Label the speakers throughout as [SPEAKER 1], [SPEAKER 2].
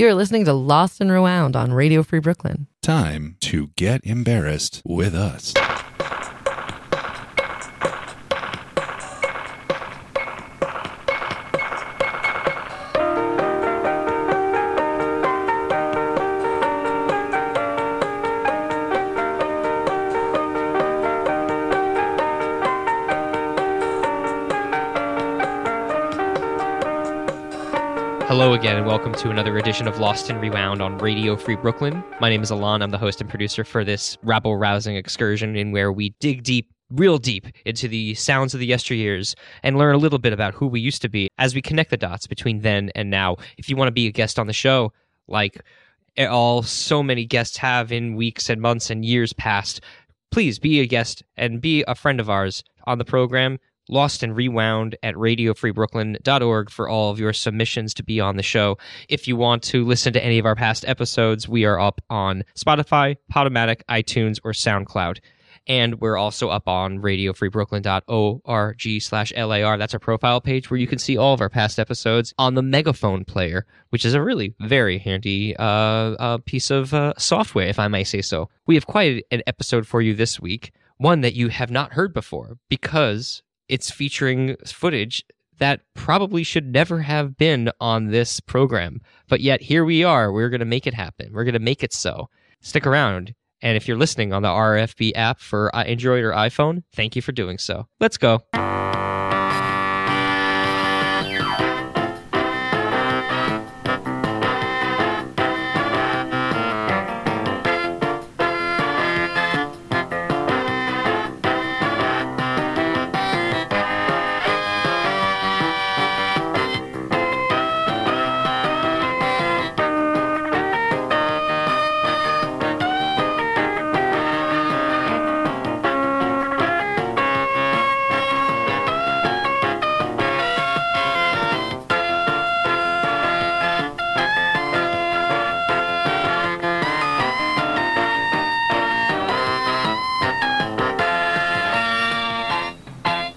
[SPEAKER 1] You're listening to Lost and Rewound on Radio Free Brooklyn.
[SPEAKER 2] Time to get embarrassed with us.
[SPEAKER 3] Hello again, and welcome to another edition of Lost and Rewound on Radio Free Brooklyn. My name is Alon. I'm the host and producer for this rabble rousing excursion in where we dig deep, real deep, into the sounds of the yesteryears and learn a little bit about who we used to be as we connect the dots between then and now. If you want to be a guest on the show, like all so many guests have in weeks and months and years past, please be a guest and be a friend of ours on the program lost and rewound at radiofreebrooklyn.org for all of your submissions to be on the show. If you want to listen to any of our past episodes, we are up on Spotify, Podomatic, iTunes, or SoundCloud. And we're also up on radiofreebrooklyn.org slash LAR. That's our profile page where you can see all of our past episodes on the megaphone player, which is a really very handy uh, uh, piece of uh, software, if I may say so. We have quite an episode for you this week, one that you have not heard before because it's featuring footage that probably should never have been on this program. But yet here we are. We're going to make it happen. We're going to make it so. Stick around. And if you're listening on the RFB app for uh, Android or iPhone, thank you for doing so. Let's go.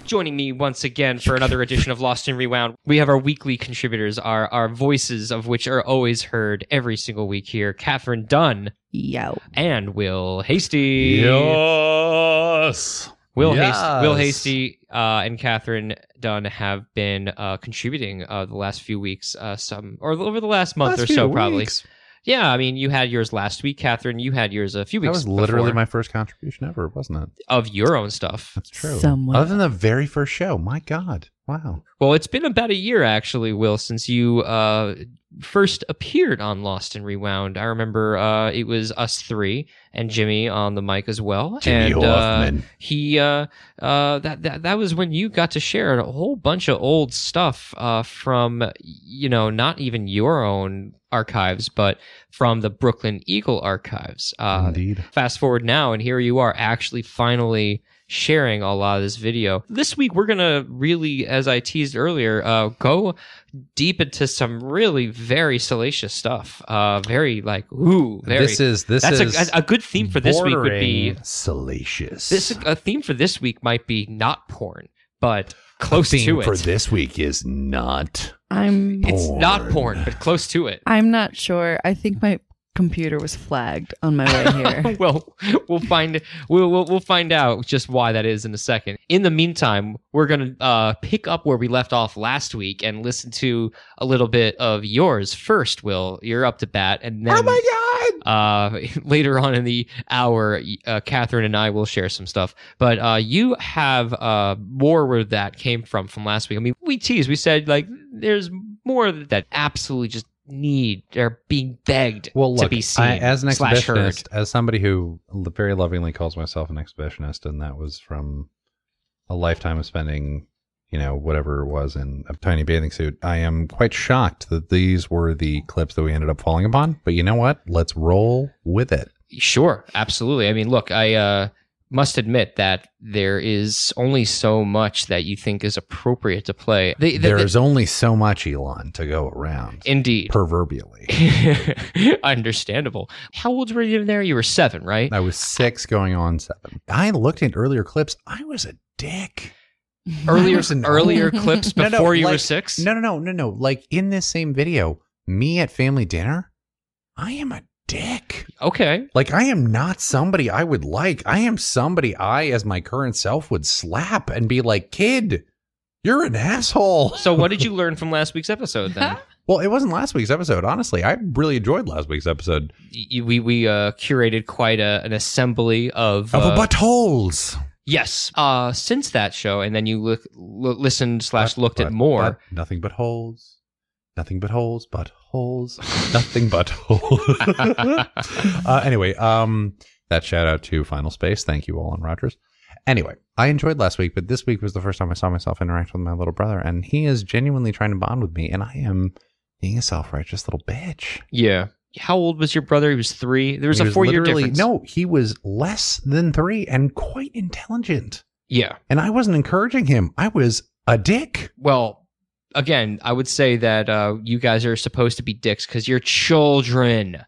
[SPEAKER 3] Joining me once again for another edition of Lost and Rewound, we have our weekly contributors, our, our voices of which are always heard every single week here Catherine Dunn
[SPEAKER 1] Yo.
[SPEAKER 3] and Will Hasty.
[SPEAKER 4] Yes.
[SPEAKER 3] Will
[SPEAKER 4] Yes.
[SPEAKER 3] Hasty, Will Hasty, uh, and Catherine Dunn have been uh, contributing uh, the last few weeks, uh, some or over the last month
[SPEAKER 4] Last
[SPEAKER 3] or
[SPEAKER 4] few
[SPEAKER 3] so, probably.
[SPEAKER 4] weeks.
[SPEAKER 3] Yeah, I mean, you had yours last week, Catherine. You had yours a few
[SPEAKER 4] That
[SPEAKER 3] weeks.
[SPEAKER 4] was literally
[SPEAKER 3] before
[SPEAKER 4] my first contribution ever, wasn't it?
[SPEAKER 3] of your own stuff.
[SPEAKER 4] That's true.
[SPEAKER 1] Someone-
[SPEAKER 4] Other than the very first show. My God. Wow.
[SPEAKER 3] Well, it's been about a year actually, Will, since you uh, first appeared on Lost and Rewound. I remember uh, it was us three and Jimmy on the mic as well.
[SPEAKER 4] Jimmy
[SPEAKER 3] and, uh,
[SPEAKER 4] Hoffman.
[SPEAKER 3] he uh uh that, that that was when you got to share a whole bunch of old stuff uh from you know not even your own archives but from the Brooklyn Eagle archives uh
[SPEAKER 4] Indeed.
[SPEAKER 3] fast forward now and here you are actually finally sharing a lot of this video this week we're gonna really as i teased earlier uh, go deep into some really very salacious stuff uh, very like ooh very
[SPEAKER 4] this is this
[SPEAKER 3] that's
[SPEAKER 4] is
[SPEAKER 3] a, a good theme for this week would be
[SPEAKER 4] bordering salacious.
[SPEAKER 3] this a theme for this week might be not porn but close
[SPEAKER 4] theme
[SPEAKER 3] to it
[SPEAKER 4] for this week is not.
[SPEAKER 1] I'm
[SPEAKER 3] it's not
[SPEAKER 4] Porn.
[SPEAKER 3] porn but close to it
[SPEAKER 1] I'm not sure. I think my computer was flagged on my way here.
[SPEAKER 3] well, we'll find we'll, we'll we'll find out just why that is in a second. In the meantime, we're gonna uh, pick up where we left off last week and listen to a little bit of yours first. Will you're up to bat, and then
[SPEAKER 4] Oh God.
[SPEAKER 3] uh, later on in the hour, uh, Catherine and I will share some stuff. But uh, you have uh, more where that came from from last week. I mean, we teased, we said like there's more that absolutely just need are being begged
[SPEAKER 4] Well, look,
[SPEAKER 3] to be seen
[SPEAKER 4] I, as an
[SPEAKER 3] slash heard.
[SPEAKER 4] exhibitionist, as somebody who l- very lovingly calls myself an exhibitionist, and that was from a lifetime of spending, you know, whatever it was in a tiny bathing suit, I am quite shocked that these were the clips that we ended up falling upon. But you know what? Let's roll with it.
[SPEAKER 3] Sure, absolutely. I mean, look, I uh, must admit that there is only so much that you think is appropriate to play. They, they-
[SPEAKER 4] There's only so much Elon to go around,
[SPEAKER 3] they- indeed.
[SPEAKER 4] proverbially.
[SPEAKER 3] Understandable. How old were you there? You were seven, right?
[SPEAKER 4] I was six going on seven. I looked at earlier clips. I was a dick.
[SPEAKER 3] Earlier,
[SPEAKER 4] was an-
[SPEAKER 3] earlier clips
[SPEAKER 4] No,
[SPEAKER 3] before
[SPEAKER 4] no,
[SPEAKER 3] you were
[SPEAKER 4] like-
[SPEAKER 3] six.
[SPEAKER 4] No, no, no, no, no. Like in this same video, me at family dinner, I am a dick.
[SPEAKER 3] Okay.
[SPEAKER 4] Like I am not somebody I would like. I am somebody I, as my current self, would slap and be like, "Kid, you're an asshole."
[SPEAKER 3] So what did you learn from last week's episode then?
[SPEAKER 4] Well, it wasn't last week's episode. Honestly, I really enjoyed last week's episode
[SPEAKER 3] Y- we we uh, curated quite a, an assembly of,
[SPEAKER 4] of
[SPEAKER 3] uh,
[SPEAKER 4] a buttholes.
[SPEAKER 3] yes. Uh, since that show, and then you look, lo- listened slash
[SPEAKER 4] But-
[SPEAKER 3] looked at
[SPEAKER 4] but-
[SPEAKER 3] more.
[SPEAKER 4] but nothing but holes. Nothing but holes, but holes. nothing but holes. uh, anyway, um, that shout out to Final Space. Thank you, Olin Rogers. Anyway, I enjoyed last week, but this week was the first time I saw myself interact with my little brother, and he is genuinely trying to bond with me, and I am being a self righteous little bitch.
[SPEAKER 3] yeah. How old was your brother? He was three. There was
[SPEAKER 4] He
[SPEAKER 3] a four year
[SPEAKER 4] literally-
[SPEAKER 3] difference.
[SPEAKER 4] No, he was less than three and quite intelligent.
[SPEAKER 3] Yeah.
[SPEAKER 4] And I wasn't encouraging him. I was a dick.
[SPEAKER 3] Well, again, I would say that uh, you guys are supposed to be dicks because you're children.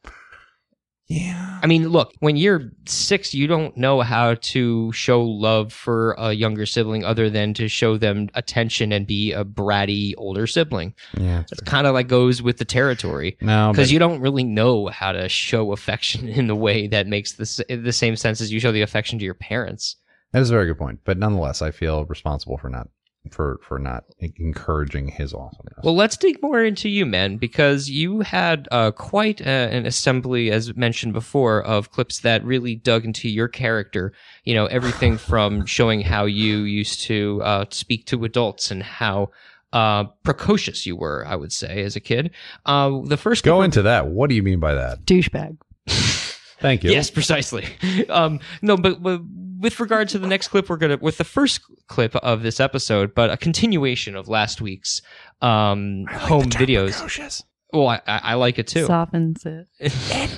[SPEAKER 4] Yeah.
[SPEAKER 3] I mean, look, when you're six, you don't know how to show love for a younger sibling other than to show them attention and be a bratty older sibling.
[SPEAKER 4] Yeah.
[SPEAKER 3] It's kind of like goes with the territory.
[SPEAKER 4] No, but-
[SPEAKER 3] Because you don't really know how to show affection in the way that makes the, s- the same sense as you show the affection to your parents.
[SPEAKER 4] That is a very good point, but nonetheless, I feel responsible for not for for not encouraging his awesomeness.
[SPEAKER 3] Well, let's dig more into you, man, because you had uh, quite a, an assembly, as mentioned before, of clips that really dug into your character. You know, everything from showing how you used to uh, speak to adults and how uh, precocious you were, I would say, as a kid. Uh, the first clip
[SPEAKER 4] go
[SPEAKER 3] we're-
[SPEAKER 4] into that. What do you mean by that?
[SPEAKER 1] Douchebag.
[SPEAKER 4] Thank you.
[SPEAKER 3] Yes, precisely. Um, no, but, but with regard to the next clip, we're gonna with the first clip of this episode, but a continuation of last week's um,
[SPEAKER 4] I like the
[SPEAKER 3] home
[SPEAKER 4] term
[SPEAKER 3] videos.
[SPEAKER 4] precocious.
[SPEAKER 3] Well, I, I I like it too.
[SPEAKER 1] Softens it.
[SPEAKER 4] It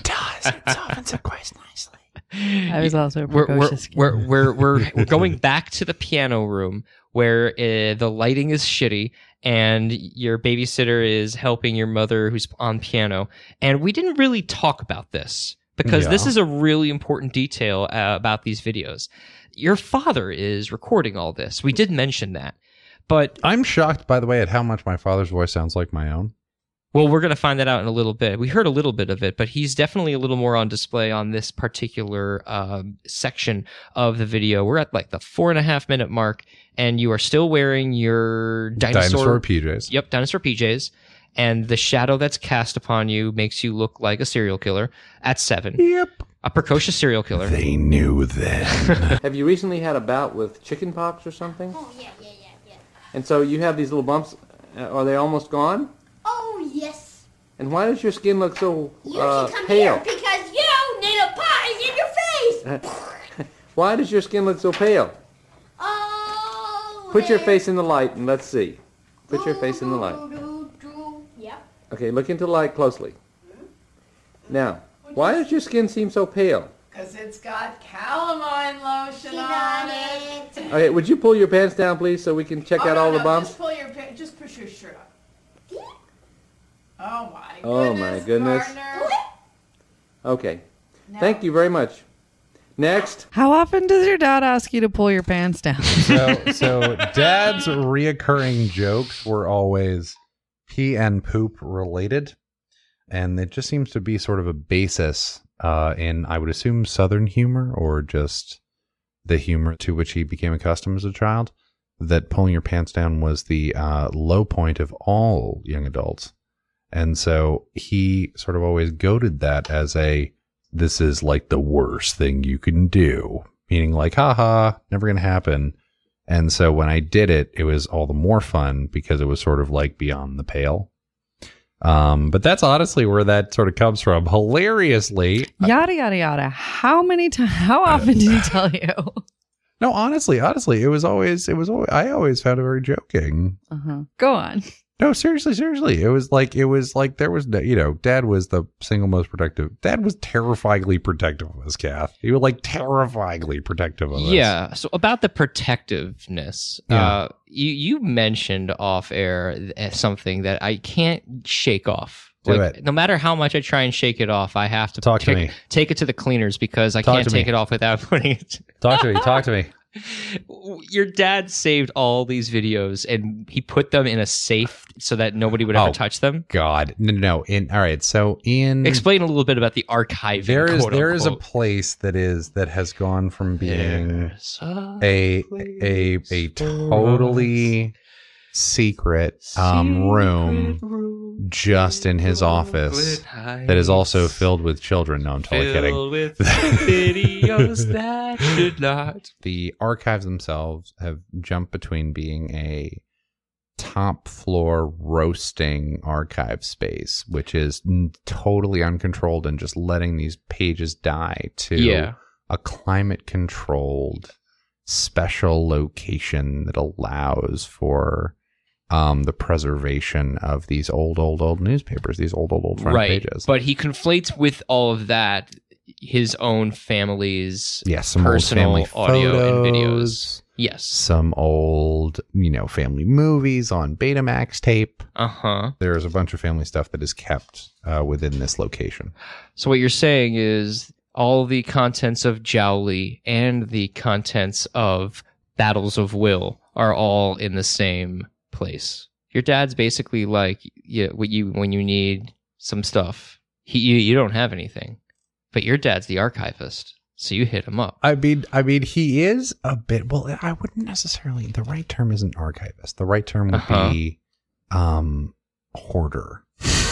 [SPEAKER 4] does. It softens it quite nicely.
[SPEAKER 1] I was also a
[SPEAKER 3] we're, we're,
[SPEAKER 1] precocious
[SPEAKER 3] we're, we're, we're, we're going back to the piano room where uh, the lighting is shitty and your babysitter is helping your mother who's on piano. And we didn't really talk about this because this
[SPEAKER 4] Yeah.
[SPEAKER 3] is a really important detail uh, about these videos. Your father is recording all this. We did mention that. But,
[SPEAKER 4] I'm shocked, by the way, at how much my father's voice sounds like my own.
[SPEAKER 3] well, we're going to find that out in a little bit. We heard a little bit of it, but he's definitely a little more on display on this particular um, section of the video. We're at like the four and a half minute mark, and you are still wearing your dinosaur.
[SPEAKER 4] PJs.
[SPEAKER 3] Yep, dinosaur PJs. And the shadow that's cast upon you makes you look like a serial killer at seven,
[SPEAKER 4] Yep.
[SPEAKER 3] a precocious serial killer.
[SPEAKER 2] They knew then.
[SPEAKER 5] Have you recently had a bout with chicken pox or something?
[SPEAKER 6] Oh, yeah, yeah, yeah, yeah.
[SPEAKER 5] And so you have these little bumps. Uh, are they almost gone?
[SPEAKER 6] Oh, yes.
[SPEAKER 5] And why does your skin look so
[SPEAKER 6] You
[SPEAKER 5] uh,
[SPEAKER 6] should come
[SPEAKER 5] pale?
[SPEAKER 6] here because you need a pie in
[SPEAKER 5] Uh,
[SPEAKER 6] your face.
[SPEAKER 5] Why does your skin look so pale?
[SPEAKER 6] oh.
[SPEAKER 5] Put your
[SPEAKER 6] there.
[SPEAKER 5] face in the light and let's see. Put your face in the
[SPEAKER 7] Oh.
[SPEAKER 5] light.
[SPEAKER 6] Yep.
[SPEAKER 5] Okay, look into the light closely. Now, why does your skin seem so pale?
[SPEAKER 7] Because it's got calamine lotion
[SPEAKER 6] Get
[SPEAKER 7] on
[SPEAKER 6] on
[SPEAKER 7] it.
[SPEAKER 6] it.
[SPEAKER 5] Okay, would you pull your pants down, please, so we can check
[SPEAKER 7] Oh,
[SPEAKER 5] out
[SPEAKER 7] no,
[SPEAKER 5] all
[SPEAKER 7] no,
[SPEAKER 5] the bumps?
[SPEAKER 7] Just pull your pa- just push your shirt up. Oh my
[SPEAKER 5] Oh,
[SPEAKER 7] goodness.
[SPEAKER 5] my goodness.
[SPEAKER 7] Gardner.
[SPEAKER 5] Okay.
[SPEAKER 7] No.
[SPEAKER 5] Thank you very much. Next.
[SPEAKER 1] How often does your dad ask you to pull your pants down?
[SPEAKER 4] So, so dad's reoccurring jokes were always pee and poop related. And it just seems to be sort of a basis uh, in, I would assume, Southern humor or just the humor to which he became accustomed as a child. That pulling your pants down was the uh, low point of all young adults. And so he sort of always goaded that as a this is like the worst thing you can do, meaning like, haha, never going to happen. And so when I did it, it was all the more fun because it was sort of like beyond the pale. Um, but that's honestly where that sort of comes from. Hilariously,
[SPEAKER 1] yada yada yada. How many times? How often did he tell you?
[SPEAKER 4] no, honestly, honestly, it was always, it was, always, I always found it very joking.
[SPEAKER 1] Uh-huh. Go on.
[SPEAKER 4] No, seriously, seriously. It was like it was like there was no, you know, Dad was the single most protective. Dad was terrifyingly protective of us, Kath. He was like terrifyingly protective of us.
[SPEAKER 3] Yeah. So about the protectiveness,
[SPEAKER 4] Yeah.
[SPEAKER 3] uh, you you mentioned off air th- something that I can't shake off.
[SPEAKER 4] Do
[SPEAKER 3] like,
[SPEAKER 4] it.
[SPEAKER 3] No matter how much I try and shake it off, I have to
[SPEAKER 4] Talk to
[SPEAKER 3] take,
[SPEAKER 4] me.
[SPEAKER 3] take it to the cleaners because I
[SPEAKER 4] Talk
[SPEAKER 3] can't
[SPEAKER 4] to me.
[SPEAKER 3] take it off without putting it.
[SPEAKER 4] Talk to me. Talk to me.
[SPEAKER 3] Your dad saved all these videos and he put them in a safe so that nobody would ever
[SPEAKER 4] Oh.
[SPEAKER 3] touch them.
[SPEAKER 4] God, no, no, no. In all right, so in
[SPEAKER 3] Explain a little bit about the archive.
[SPEAKER 4] there is there is a place that is that has gone from being a a a totally secret um room just in his office that is also filled with children. No, I'm totally kidding.
[SPEAKER 3] filled with videos that should not.
[SPEAKER 4] the archives themselves have jumped between being a top floor roasting archive space, which is n- totally uncontrolled and just letting these pages die to
[SPEAKER 3] Yeah.
[SPEAKER 4] a climate controlled special location that allows for um, the preservation of these old, old, old newspapers, these old, old, old front
[SPEAKER 3] right.
[SPEAKER 4] pages.
[SPEAKER 3] But he conflates with all of that his own family's.
[SPEAKER 4] yeah, some
[SPEAKER 3] personal
[SPEAKER 4] old family
[SPEAKER 3] audio and
[SPEAKER 4] photos.
[SPEAKER 3] videos. Yes.
[SPEAKER 4] some old, you know, family movies on Betamax tape.
[SPEAKER 3] Uh huh.
[SPEAKER 4] There's a bunch of family stuff that is kept uh, within this location.
[SPEAKER 3] So what you're saying is all the contents of Jowly and the contents of Battles of Will are all in the same place. Your dad's basically like yeah, what you when you need some stuff. He you, you don't have anything, but your dad's the archivist, so you hit him up.
[SPEAKER 4] I mean, I mean, he is a bit. Well, I wouldn't necessarily. The right term isn't archivist. The right term would
[SPEAKER 3] Uh-huh.
[SPEAKER 4] be um, hoarder.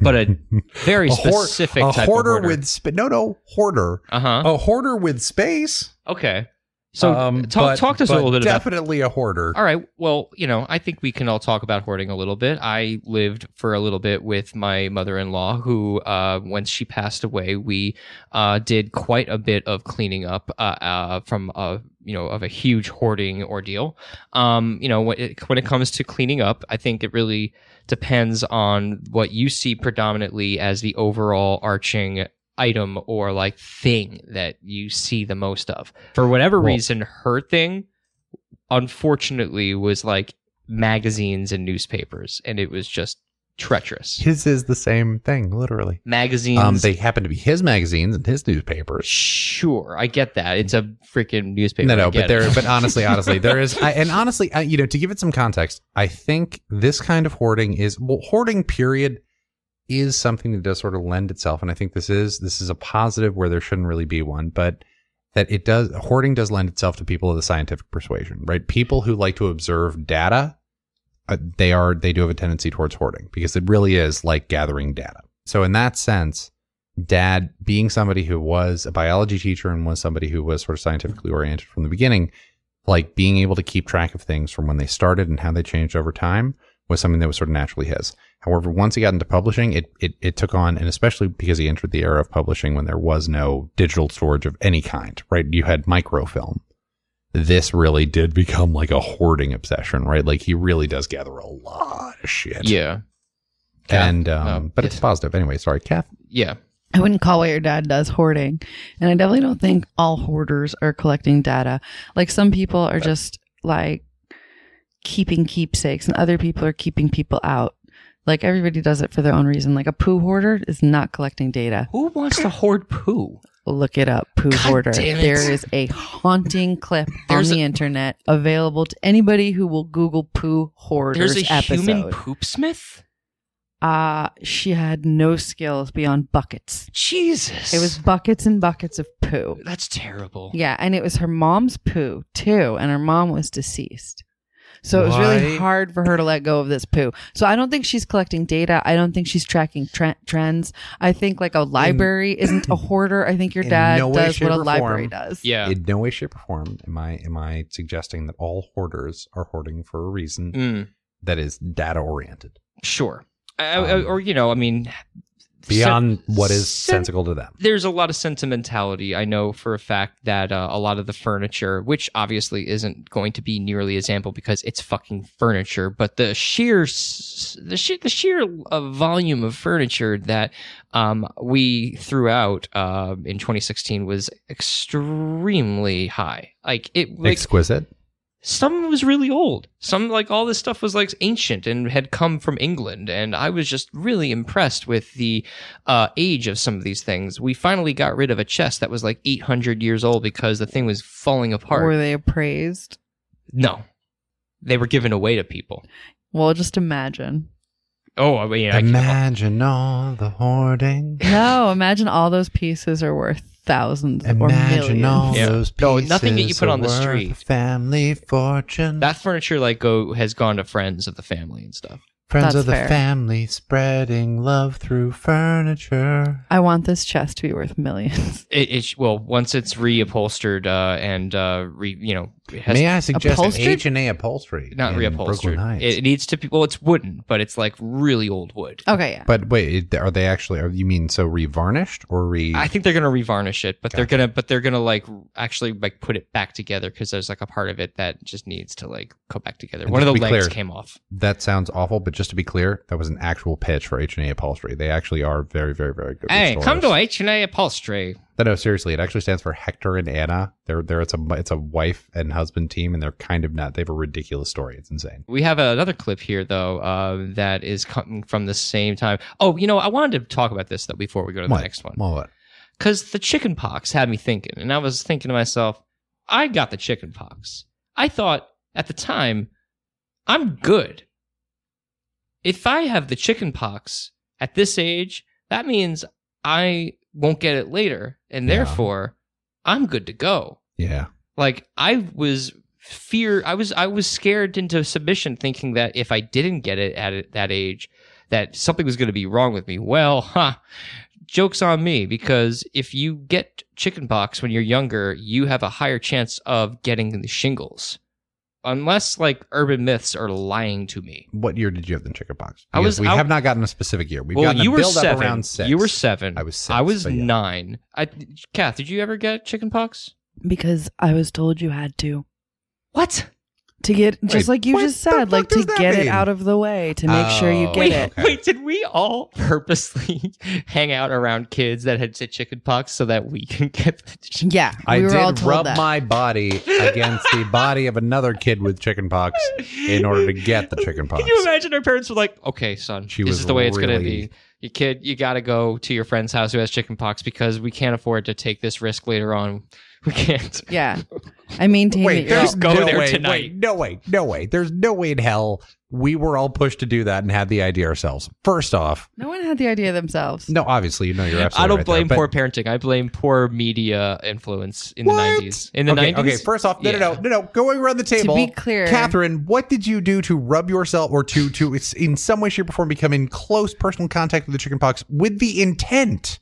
[SPEAKER 3] But a very
[SPEAKER 4] A hoard-
[SPEAKER 3] specific
[SPEAKER 4] a
[SPEAKER 3] type
[SPEAKER 4] hoarder,
[SPEAKER 3] of hoarder.
[SPEAKER 4] with sp- no, no hoarder,
[SPEAKER 3] uh huh.
[SPEAKER 4] a hoarder with space.
[SPEAKER 3] Okay. So
[SPEAKER 4] Um,
[SPEAKER 3] talk
[SPEAKER 4] but-
[SPEAKER 3] talk to us a
[SPEAKER 4] but
[SPEAKER 3] little bit about
[SPEAKER 4] Definitely a hoarder.
[SPEAKER 3] All right. Well, you know, I think we can all talk about hoarding a little bit. I lived for a little bit with my mother in law, who, uh, once she passed away, we uh, did quite a bit of cleaning up uh, uh, from a you know of a huge hoarding ordeal. Um, you know, when it, when it comes to cleaning up, I think it really depends on what you see predominantly as the overall arching item or like thing that you see the most of. For whatever
[SPEAKER 4] Well-
[SPEAKER 3] reason, her thing unfortunately was like magazines and newspapers and it was just treacherous
[SPEAKER 4] His is the same thing, literally.
[SPEAKER 3] magazines
[SPEAKER 4] Um, they happen to be his magazines and his newspapers.
[SPEAKER 3] sure i get that it's a freaking newspaper
[SPEAKER 4] No,
[SPEAKER 3] I
[SPEAKER 4] no,
[SPEAKER 3] get
[SPEAKER 4] but there,
[SPEAKER 3] it.
[SPEAKER 4] but honestly, honestly, there is, I, and honestly, I, you know, to give it some context, I think this kind of hoarding is well, hoarding period is something that does sort of lend itself, and I think this is this is a positive where there shouldn't really be one, but that it does hoarding does lend itself to people of the scientific persuasion, right? People who like to observe data, uh, they are they do have a tendency towards hoarding because it really is like gathering data. So in that sense, dad being somebody who was a biology teacher and was somebody who was sort of scientifically oriented from the beginning, like being able to keep track of things from when they started and how they changed over time was something that was sort of naturally his. However, once he got into publishing, it, it, it took on, and especially because he entered the era of publishing when there was no digital storage of any kind, right? You had microfilm. This really did become like a hoarding obsession, right? Like he really does gather a lot of shit.
[SPEAKER 3] yeah Kath-
[SPEAKER 4] And, um,
[SPEAKER 3] um,
[SPEAKER 4] but
[SPEAKER 3] yes.
[SPEAKER 4] it's positive. Anyway, sorry, Kath.
[SPEAKER 3] yeah
[SPEAKER 1] I wouldn't call what your dad does hoarding. And I definitely don't think all hoarders are collecting data. Like some people are just like keeping keepsakes and other people are keeping people out. Like everybody does it for their own reason. Like a poo hoarder is not collecting data.
[SPEAKER 3] who wants to hoard poo
[SPEAKER 1] Look it up, poo
[SPEAKER 3] God
[SPEAKER 1] hoarder.
[SPEAKER 3] damn it.
[SPEAKER 1] There is a haunting clip on
[SPEAKER 3] There's
[SPEAKER 1] the
[SPEAKER 3] a-
[SPEAKER 1] internet available to anybody who will Google poo hoarders
[SPEAKER 3] there's a
[SPEAKER 1] episode.
[SPEAKER 3] human poop smith
[SPEAKER 1] uh, she had no skills beyond buckets.
[SPEAKER 3] jesus
[SPEAKER 1] It was buckets and buckets of poo.
[SPEAKER 3] that's terrible
[SPEAKER 1] Yeah, and it was her mom's poo too, and her mom was deceased. So it was really
[SPEAKER 4] Why?
[SPEAKER 1] hard for her to let go of this poo. So I don't think she's collecting data. I don't think she's tracking tre- trends. I think like a library isn't a hoarder. I think your
[SPEAKER 4] in
[SPEAKER 1] dad
[SPEAKER 4] no way,
[SPEAKER 1] does what
[SPEAKER 4] shape,
[SPEAKER 1] a
[SPEAKER 4] or
[SPEAKER 1] library
[SPEAKER 4] form.
[SPEAKER 1] does.
[SPEAKER 3] yeah
[SPEAKER 4] in no way shape or form am i am i suggesting that all hoarders are hoarding for a reason
[SPEAKER 3] Mm,
[SPEAKER 4] that is data oriented
[SPEAKER 3] sure I, I-
[SPEAKER 4] Um,
[SPEAKER 3] or you know i mean
[SPEAKER 4] beyond what is
[SPEAKER 3] sen-
[SPEAKER 4] sensical to them
[SPEAKER 3] there's a lot of sentimentality. I know for a fact that uh, a lot of the furniture, which obviously isn't going to be nearly as ample because it's fucking furniture, but the sheer s- the sheer the sheer uh, volume of furniture that um, we threw out um in 2016 was extremely high. Like it, like
[SPEAKER 4] exquisite
[SPEAKER 3] some was really old. Some like all this stuff was like ancient and had come from England. And I was just really impressed with the uh, age of some of these things. We finally got rid of a chest that was like 800 years old because the thing was falling apart.
[SPEAKER 1] Were they appraised?
[SPEAKER 3] no, they were given away to people.
[SPEAKER 1] Well, just imagine.
[SPEAKER 3] Oh, I mean, I can't-
[SPEAKER 4] Imagine all the hoarding.
[SPEAKER 1] No, imagine all those pieces are worth thousands or
[SPEAKER 4] Imagine
[SPEAKER 1] millions.
[SPEAKER 4] all
[SPEAKER 3] Yeah.
[SPEAKER 4] those pieces.
[SPEAKER 3] No, nothing that you put
[SPEAKER 4] are
[SPEAKER 3] on the
[SPEAKER 4] worth a
[SPEAKER 3] street.
[SPEAKER 4] Family fortune.
[SPEAKER 3] that furniture like go has gone to friends of the family and stuff.
[SPEAKER 4] Friends
[SPEAKER 1] That's
[SPEAKER 4] of the
[SPEAKER 1] fair.
[SPEAKER 4] family spreading love through furniture.
[SPEAKER 1] I want this chest to be worth millions.
[SPEAKER 3] It, it well, once it's reupholstered uh, and uh, re, you know, it has
[SPEAKER 4] May I suggest an
[SPEAKER 1] Upholstered?
[SPEAKER 4] H and A upholstery?
[SPEAKER 3] not
[SPEAKER 4] in Brooklyn
[SPEAKER 3] reupholstered.
[SPEAKER 4] Heights?
[SPEAKER 3] It, it needs to be well, it's wooden, but it's like really old wood.
[SPEAKER 1] Okay, yeah.
[SPEAKER 4] but wait, it- are they actually? Are you mean so revarnished or re?
[SPEAKER 3] I think they're gonna revarnish it, but they're gonna but they're gonna like actually like put it back together because there's like a part of it that just needs to like go back together.
[SPEAKER 4] And
[SPEAKER 3] One of
[SPEAKER 4] to
[SPEAKER 3] the
[SPEAKER 4] be
[SPEAKER 3] legs
[SPEAKER 4] clear-
[SPEAKER 3] came off.
[SPEAKER 4] that sounds awful, but just to be clear, that was an actual pitch for H and A upholstery. They actually are very, very, very good.
[SPEAKER 3] Hey, come to
[SPEAKER 4] it.
[SPEAKER 3] H and A upholstery.
[SPEAKER 4] No, no, seriously, it actually stands for Hector and Anna. They're they're it's a it's a wife and husband team, and they're kind of not. They have a ridiculous story. It's insane.
[SPEAKER 3] We have another clip here though uh, that is coming from the same time. Oh, you know, I wanted to talk about this though before we go to the
[SPEAKER 4] What?
[SPEAKER 3] next one.
[SPEAKER 4] Well, what?
[SPEAKER 3] because the chicken pox had me thinking, and I was thinking to myself, I got the chicken pox. I thought at the time, I'm good. If I have the chicken pox at this age, that means I won't get it later, and
[SPEAKER 4] Yeah.
[SPEAKER 3] therefore, I'm good to go.
[SPEAKER 4] Yeah,
[SPEAKER 3] Like I was fear, I was I was scared into submission, thinking that if I didn't get it at it- that age, that something was going to be wrong with me. Well, huh. Joke's on me because if you get chickenpox when you're younger, you have a higher chance of getting the shingles. Unless like urban myths are lying to me.
[SPEAKER 4] what year did you have the chickenpox?
[SPEAKER 3] I was-
[SPEAKER 4] Because we
[SPEAKER 3] I-
[SPEAKER 4] have not gotten a specific year. We've
[SPEAKER 3] well,
[SPEAKER 4] gotten
[SPEAKER 3] you
[SPEAKER 4] a
[SPEAKER 3] were
[SPEAKER 4] build up
[SPEAKER 3] seven.
[SPEAKER 4] around six.
[SPEAKER 3] You were seven.
[SPEAKER 4] I was six,
[SPEAKER 3] I was
[SPEAKER 4] but yeah.
[SPEAKER 3] nine. I, Kath, did you ever get chickenpox?
[SPEAKER 1] Because I was told you had to.
[SPEAKER 3] What?
[SPEAKER 1] To get just
[SPEAKER 4] Wait,
[SPEAKER 1] like you
[SPEAKER 4] what
[SPEAKER 1] just
[SPEAKER 4] the
[SPEAKER 1] said,
[SPEAKER 4] fuck
[SPEAKER 1] like to
[SPEAKER 4] does that
[SPEAKER 1] get it
[SPEAKER 4] mean?
[SPEAKER 1] out of the way, to make sure you
[SPEAKER 4] Oh,
[SPEAKER 1] get
[SPEAKER 3] Wait,
[SPEAKER 1] it.
[SPEAKER 4] okay.
[SPEAKER 3] wait, did we all purposely hang out around kids that had said chicken pox so that we can get the chicken?
[SPEAKER 1] Yeah,
[SPEAKER 4] I
[SPEAKER 1] we were all
[SPEAKER 4] did
[SPEAKER 1] told
[SPEAKER 4] rub
[SPEAKER 1] that.
[SPEAKER 4] my body against the body of another kid with chickenpox in order to get the chickenpox.
[SPEAKER 3] Can you imagine our parents were like, okay, son,
[SPEAKER 4] She
[SPEAKER 3] this
[SPEAKER 4] was
[SPEAKER 3] is the way it's going to
[SPEAKER 4] really-
[SPEAKER 3] be. Your kid, you got to go to your friend's house who has chicken pox because we can't afford to take this risk later on. We can't.
[SPEAKER 1] Yeah, I maintain
[SPEAKER 4] Wait,
[SPEAKER 1] that.
[SPEAKER 4] there's
[SPEAKER 1] You're
[SPEAKER 3] go
[SPEAKER 4] no
[SPEAKER 3] there
[SPEAKER 4] way,
[SPEAKER 3] tonight.
[SPEAKER 4] Wait, no way, no way. There's no way in hell we were all pushed to do that and had the idea ourselves. First off,
[SPEAKER 1] no one had the idea themselves.
[SPEAKER 4] no, obviously, you know you're absolutely.
[SPEAKER 3] I don't
[SPEAKER 4] right
[SPEAKER 3] blame
[SPEAKER 4] there,
[SPEAKER 3] poor
[SPEAKER 4] but-
[SPEAKER 3] parenting. I blame poor media influence in
[SPEAKER 4] What?
[SPEAKER 3] the 90s. In the
[SPEAKER 4] okay,
[SPEAKER 3] 90s.
[SPEAKER 4] okay. First off, no, no,
[SPEAKER 3] Yeah.
[SPEAKER 4] no, no, no. Going around the table.
[SPEAKER 1] be clear-
[SPEAKER 4] Catherine, what did you do to rub yourself or to to it's in some way, shape, or form become in close personal contact with the chickenpox with the intent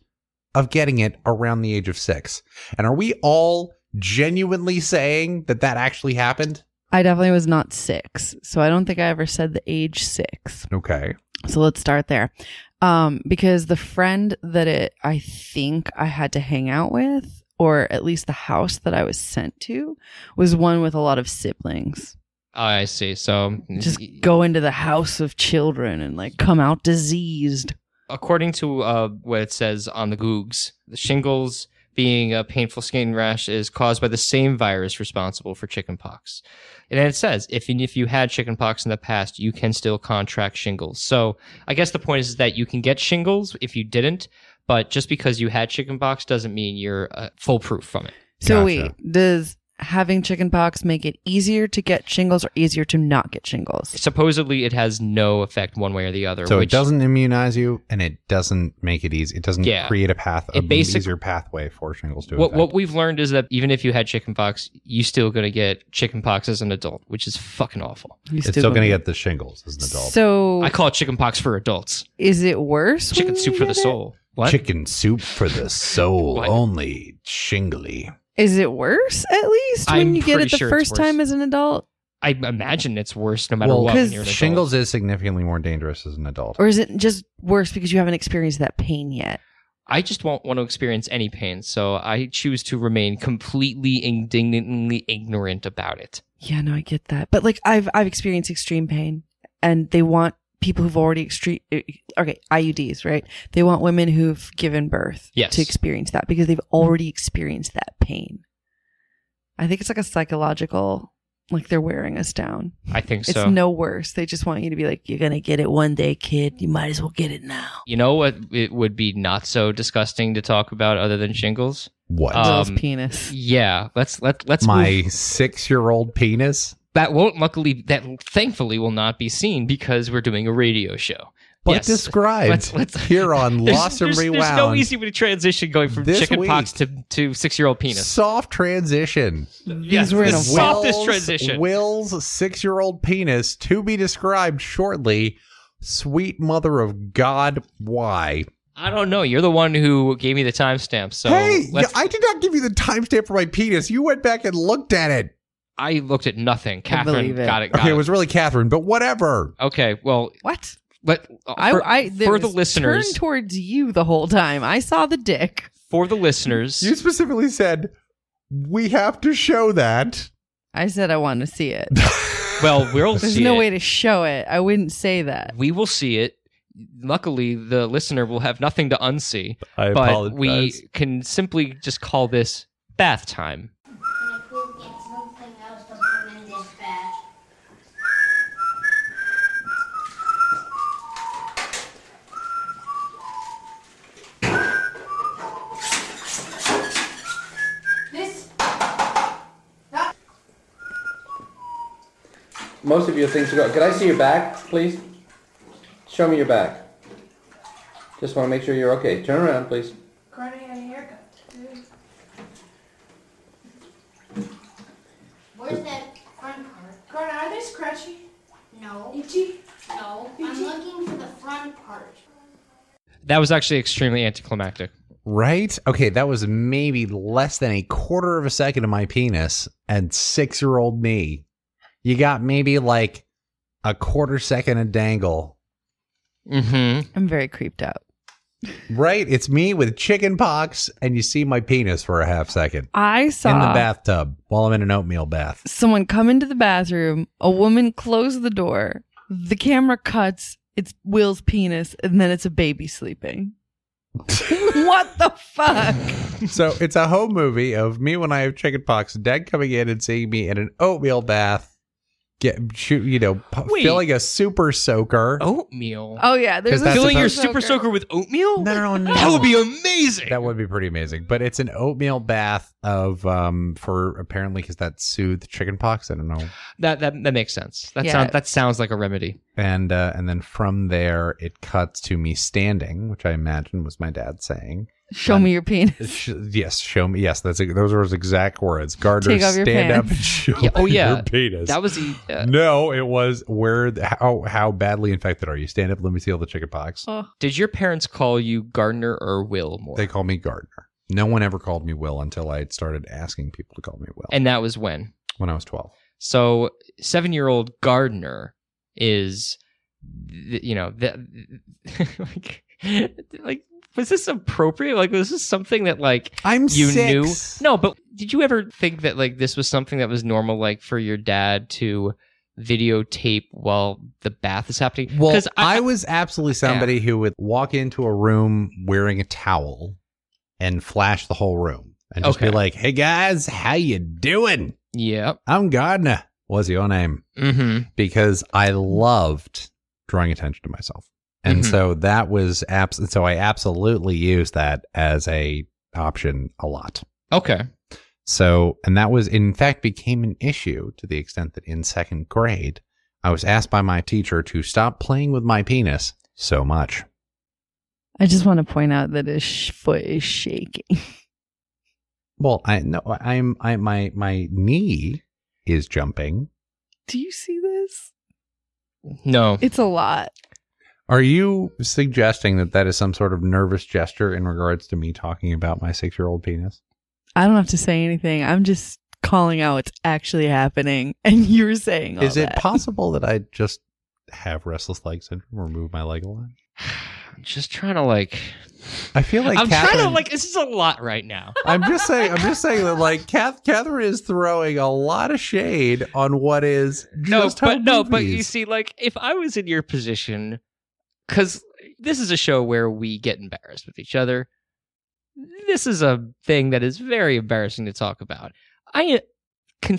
[SPEAKER 4] of getting it around the age of six? And are we all genuinely saying that that actually happened?
[SPEAKER 1] I definitely was not six, so I don't think I ever said the age six.
[SPEAKER 4] Okay.
[SPEAKER 1] So let's start there. Um, because the friend that it, I think I had to hang out with, or at least the house that I was sent to, was one with a lot of siblings.
[SPEAKER 3] Oh, I see. So
[SPEAKER 1] Just
[SPEAKER 4] Mm-hmm.
[SPEAKER 1] go into the house of children and like come out diseased.
[SPEAKER 3] according to uh, what it says on the Googs, the shingles being a painful skin rash is caused by the same virus responsible for chickenpox. And then it says if if you had chickenpox in the past, you can still contract shingles. So I guess the point is that you can get shingles if you didn't, but just because you had chickenpox doesn't mean you're uh, foolproof from it.
[SPEAKER 1] So
[SPEAKER 4] Gotcha.
[SPEAKER 1] wait, does having chickenpox make it easier to get shingles or easier to not get shingles?
[SPEAKER 3] Supposedly, it has no effect one way or the other.
[SPEAKER 4] So it
[SPEAKER 3] which
[SPEAKER 4] doesn't immunize you, and it doesn't make it easy. It doesn't
[SPEAKER 3] Yeah.
[SPEAKER 4] create a path, a
[SPEAKER 3] It basic-
[SPEAKER 4] easier pathway for shingles to
[SPEAKER 3] What,
[SPEAKER 4] infect.
[SPEAKER 3] what we've learned is that even if you had chickenpox, you still gonna get chickenpox as an adult, which is fucking awful.
[SPEAKER 1] You
[SPEAKER 4] it's still going to get the shingles as an adult.
[SPEAKER 1] So
[SPEAKER 3] I call it chickenpox for adults.
[SPEAKER 1] is it worse?
[SPEAKER 3] Chicken
[SPEAKER 1] when
[SPEAKER 3] soup
[SPEAKER 1] you
[SPEAKER 3] for the
[SPEAKER 1] get it?
[SPEAKER 3] soul. What?
[SPEAKER 4] Chicken soup for the soul,
[SPEAKER 3] What?
[SPEAKER 4] only shingly.
[SPEAKER 1] Is it worse at least when
[SPEAKER 3] I'm
[SPEAKER 1] you get
[SPEAKER 3] pretty
[SPEAKER 1] it the
[SPEAKER 3] sure
[SPEAKER 1] first
[SPEAKER 3] it's worse.
[SPEAKER 1] time as an adult?
[SPEAKER 3] I imagine it's worse no matter
[SPEAKER 4] Well,
[SPEAKER 3] what. when
[SPEAKER 1] 'cause
[SPEAKER 3] you're an adult.
[SPEAKER 4] Shingles is significantly more dangerous as an adult.
[SPEAKER 1] Or is it just worse because you haven't experienced that pain yet?
[SPEAKER 3] I just won't want to experience any pain, so I choose to remain completely indignantly ignorant about it.
[SPEAKER 1] Yeah, no, I get that. But like I've I've experienced extreme pain and they want people who've already extreme okay, IUDs, right? They want women who've given birth
[SPEAKER 3] Yes.
[SPEAKER 1] to experience that because they've already experienced that pain. I think it's like a psychological like they're wearing us down.
[SPEAKER 3] I think
[SPEAKER 1] It's
[SPEAKER 3] so.
[SPEAKER 1] no worse. They just want you to be like, you're gonna get it one day, kid. You might as well get it now.
[SPEAKER 3] you know what? It would be not so disgusting to talk about other than shingles.
[SPEAKER 4] What?
[SPEAKER 3] Uh,
[SPEAKER 1] Bill's
[SPEAKER 3] Um,
[SPEAKER 1] penis.
[SPEAKER 3] Yeah, let's let let's move-
[SPEAKER 4] My six year old penis?
[SPEAKER 3] That won't luckily that thankfully will not be seen because we're doing a radio show.
[SPEAKER 4] But
[SPEAKER 3] Yes.
[SPEAKER 4] described
[SPEAKER 3] Let's- let's-
[SPEAKER 4] here on
[SPEAKER 3] There's-
[SPEAKER 4] Lost and
[SPEAKER 3] there's,
[SPEAKER 4] Rewound.
[SPEAKER 3] There's no easy way to transition going from
[SPEAKER 4] This
[SPEAKER 3] chicken pox to,
[SPEAKER 4] week.
[SPEAKER 3] to six year old penis.
[SPEAKER 4] Soft transition.
[SPEAKER 3] Yes,
[SPEAKER 1] were in
[SPEAKER 3] the
[SPEAKER 1] a
[SPEAKER 3] softest
[SPEAKER 4] Will's-
[SPEAKER 3] transition.
[SPEAKER 4] Will's six year old penis to be described shortly. Sweet mother of God, why?
[SPEAKER 3] I don't know. You're the one who gave me the timestamp, so
[SPEAKER 4] hey,
[SPEAKER 3] let's,
[SPEAKER 4] I did not give you the timestamp for my penis. You went back and looked at it.
[SPEAKER 3] I looked at nothing. Catherine
[SPEAKER 1] believe it.
[SPEAKER 3] got it. Got
[SPEAKER 4] Okay,
[SPEAKER 3] it.
[SPEAKER 4] it was really Catherine, but whatever.
[SPEAKER 3] okay. Well,
[SPEAKER 1] What?
[SPEAKER 3] let
[SPEAKER 1] I,
[SPEAKER 3] for,
[SPEAKER 1] I there
[SPEAKER 3] for the
[SPEAKER 1] was
[SPEAKER 3] listeners,
[SPEAKER 1] turned towards you the whole time. I saw the dick.
[SPEAKER 3] for the listeners,
[SPEAKER 4] You specifically said we have to show that.
[SPEAKER 1] I said I want to see it.
[SPEAKER 3] well, we'll
[SPEAKER 1] There's
[SPEAKER 3] see
[SPEAKER 1] no
[SPEAKER 3] it.
[SPEAKER 1] way to show it. I wouldn't say that.
[SPEAKER 3] we will see it. Luckily, the listener will have nothing to unsee,
[SPEAKER 4] I
[SPEAKER 3] but we can simply just call this bath time.
[SPEAKER 6] And if we get something else to put in this bag.
[SPEAKER 7] This
[SPEAKER 5] Most of your things are gone. Could I see your back, please? Show me your back. Just want to make sure you're okay. Turn around, please.
[SPEAKER 7] Courtney had a haircut. too.
[SPEAKER 6] Where's that front part?
[SPEAKER 7] Courtney, are they scratchy?
[SPEAKER 6] No,
[SPEAKER 7] Itchy?
[SPEAKER 6] no. I'm looking for the front part.
[SPEAKER 3] That was actually extremely anticlimactic.
[SPEAKER 4] Right? Okay, that was maybe less than a quarter of a second of my penis and six year old me. You got maybe like a quarter second of dangle.
[SPEAKER 3] Mm-hmm.
[SPEAKER 1] I'm very creeped out.
[SPEAKER 4] Right? It's me with chicken pox, and you see my penis for a half second
[SPEAKER 1] I saw
[SPEAKER 4] in the bathtub while I'm in an oatmeal bath.
[SPEAKER 1] someone come into the bathroom, a woman close the door, the camera cuts, it's Will's penis, and then it's a baby sleeping. what the fuck?
[SPEAKER 4] So it's a home movie of me when I have chickenpox, dad coming in and seeing me in an oatmeal bath, get shoot, you know, p-
[SPEAKER 3] Wait.
[SPEAKER 4] filling a super soaker.
[SPEAKER 3] Oatmeal.
[SPEAKER 1] Oh yeah, there's
[SPEAKER 4] 'Cause
[SPEAKER 1] a
[SPEAKER 4] that's
[SPEAKER 3] Filling your
[SPEAKER 4] supposed-
[SPEAKER 3] super soaker with oatmeal?
[SPEAKER 4] No, no, no.
[SPEAKER 3] That would be amazing.
[SPEAKER 4] That would be pretty amazing. But it's an oatmeal bath of um for apparently because that soothed chickenpox. I don't know.
[SPEAKER 3] that that, that makes sense. That
[SPEAKER 1] Yeah.
[SPEAKER 3] sounds that sounds like a remedy.
[SPEAKER 4] And uh, and then from there it cuts to me standing, which I imagine was my dad saying,
[SPEAKER 1] Show me your penis.
[SPEAKER 4] Sh- "Yes, show me. Yes, that's those were his exact words. Gardner,
[SPEAKER 1] Take off your
[SPEAKER 4] stand up
[SPEAKER 1] pants.
[SPEAKER 4] and show
[SPEAKER 3] Yeah, oh,
[SPEAKER 4] me
[SPEAKER 3] yeah.
[SPEAKER 4] your penis."
[SPEAKER 3] That was the uh,
[SPEAKER 4] No, it was where the, how how badly infected are you? Stand up, let me see all the chicken pox.
[SPEAKER 1] Oh,
[SPEAKER 3] Did your parents call you Gardner or Will more?
[SPEAKER 4] They call me Gardner. No one ever called me Will until I started asking people to call me Will
[SPEAKER 3] and that was when?
[SPEAKER 4] when I was twelve.
[SPEAKER 3] So seven year old Gardner is, th- you know, th- like, like, was this appropriate? Like, was this something that like
[SPEAKER 4] I'm
[SPEAKER 3] you
[SPEAKER 4] six.
[SPEAKER 3] knew? No, but did you ever think that like this was something that was normal, like for your dad to videotape while the bath is happening?
[SPEAKER 4] Well, I,
[SPEAKER 3] I,
[SPEAKER 4] was absolutely somebody who would walk into a room wearing a towel and flash the whole room and just be
[SPEAKER 3] Okay.
[SPEAKER 4] like, "Hey guys, how you doing?
[SPEAKER 3] yeah,
[SPEAKER 4] I'm Gardner. What's your name?"
[SPEAKER 3] mm-hmm.
[SPEAKER 4] because I loved drawing attention to myself. And
[SPEAKER 3] Mhm.
[SPEAKER 4] so that was abs- and so I absolutely used that as a option a lot.
[SPEAKER 3] Okay.
[SPEAKER 4] So and that was in fact became an issue to the extent that in second grade I was asked by my teacher to stop playing with my penis so much.
[SPEAKER 1] I just want to point out that his sh- foot is shaking.
[SPEAKER 4] Well, I no I'm I my my knee is jumping.
[SPEAKER 1] Do you see this?
[SPEAKER 3] No.
[SPEAKER 1] It's a lot.
[SPEAKER 4] Are you suggesting that that is some sort of nervous gesture in regards to me talking about my 6-year-old penis?
[SPEAKER 1] I don't have to say anything. I'm just calling out what's actually happening, and you're
[SPEAKER 3] Oh,
[SPEAKER 1] saying all
[SPEAKER 4] Is it
[SPEAKER 1] that.
[SPEAKER 4] possible that I just have restless leg syndrome or move my leg a lot?
[SPEAKER 3] I'm just trying to like.
[SPEAKER 4] I feel like
[SPEAKER 3] I'm
[SPEAKER 4] Catherine,
[SPEAKER 3] trying to like. This is a lot right now.
[SPEAKER 4] I'm just saying. I'm just saying that like Kath, Catherine is throwing a lot of shade on what is
[SPEAKER 3] no,
[SPEAKER 4] just
[SPEAKER 3] but
[SPEAKER 4] how
[SPEAKER 3] no, but you
[SPEAKER 4] movies-
[SPEAKER 3] see, like if I was in your position, because this is a show where we get embarrassed with each other. This is a thing that is very embarrassing to talk about. I uh, can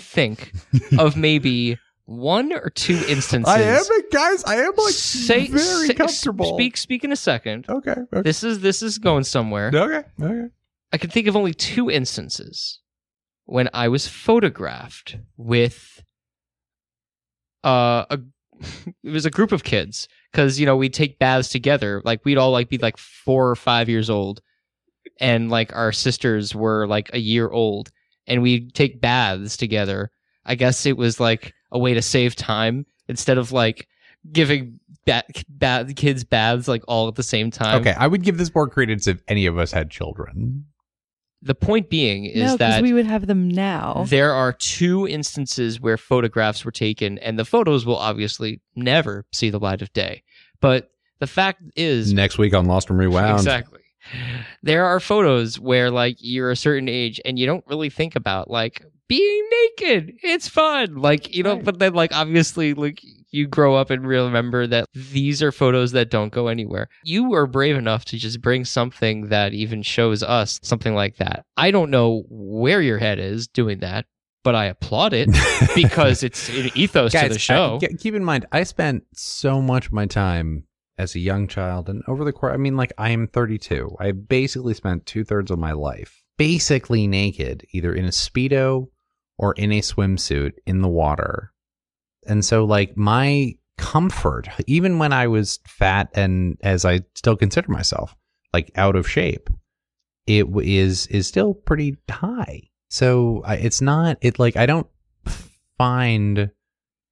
[SPEAKER 3] think of maybe one or two instances.
[SPEAKER 8] I am it, guys. I am like
[SPEAKER 3] Say-
[SPEAKER 8] very
[SPEAKER 3] say-
[SPEAKER 8] comfortable.
[SPEAKER 3] Speak, speak in a second.
[SPEAKER 8] Okay. Okay.
[SPEAKER 3] This is this is going somewhere.
[SPEAKER 8] Okay. Okay.
[SPEAKER 3] I can think of only two instances when I was photographed with uh, a it was a group of kids because you know we'd take baths together like we'd all like be like four or five years old and like our sisters were like a year old and we'd take baths together i guess it was like a way to save time instead of like giving ba- ba- kids baths like all at the same time
[SPEAKER 8] Okay. I would give this more credence if any of us had children.
[SPEAKER 3] the point being is
[SPEAKER 1] no, because
[SPEAKER 3] that
[SPEAKER 1] we would have them now.
[SPEAKER 3] There are two instances where photographs were taken, and the photos will obviously never see the light of day. But the fact is,
[SPEAKER 4] Next week on Lost and Rewound.
[SPEAKER 3] exactly, there are photos where like you're a certain age and you don't really think about like being naked. It's fun, like you know. But then like obviously like you grow up and remember that these are photos that don't go anywhere. You are brave enough to just bring something that even shows us something like that. I don't know where your head is doing that, but I applaud it because it's an ethos to the show.
[SPEAKER 4] I- ke- keep in mind, I spent so much of my time as a young child, and over the course, I mean, like I am 32. I basically spent two thirds of my life basically naked, either in a speedo or in a swimsuit in the water. And so, like my comfort, even when I was fat and as I still consider myself, like out of shape, it w- is is still pretty high. So I, it's not it like I don't find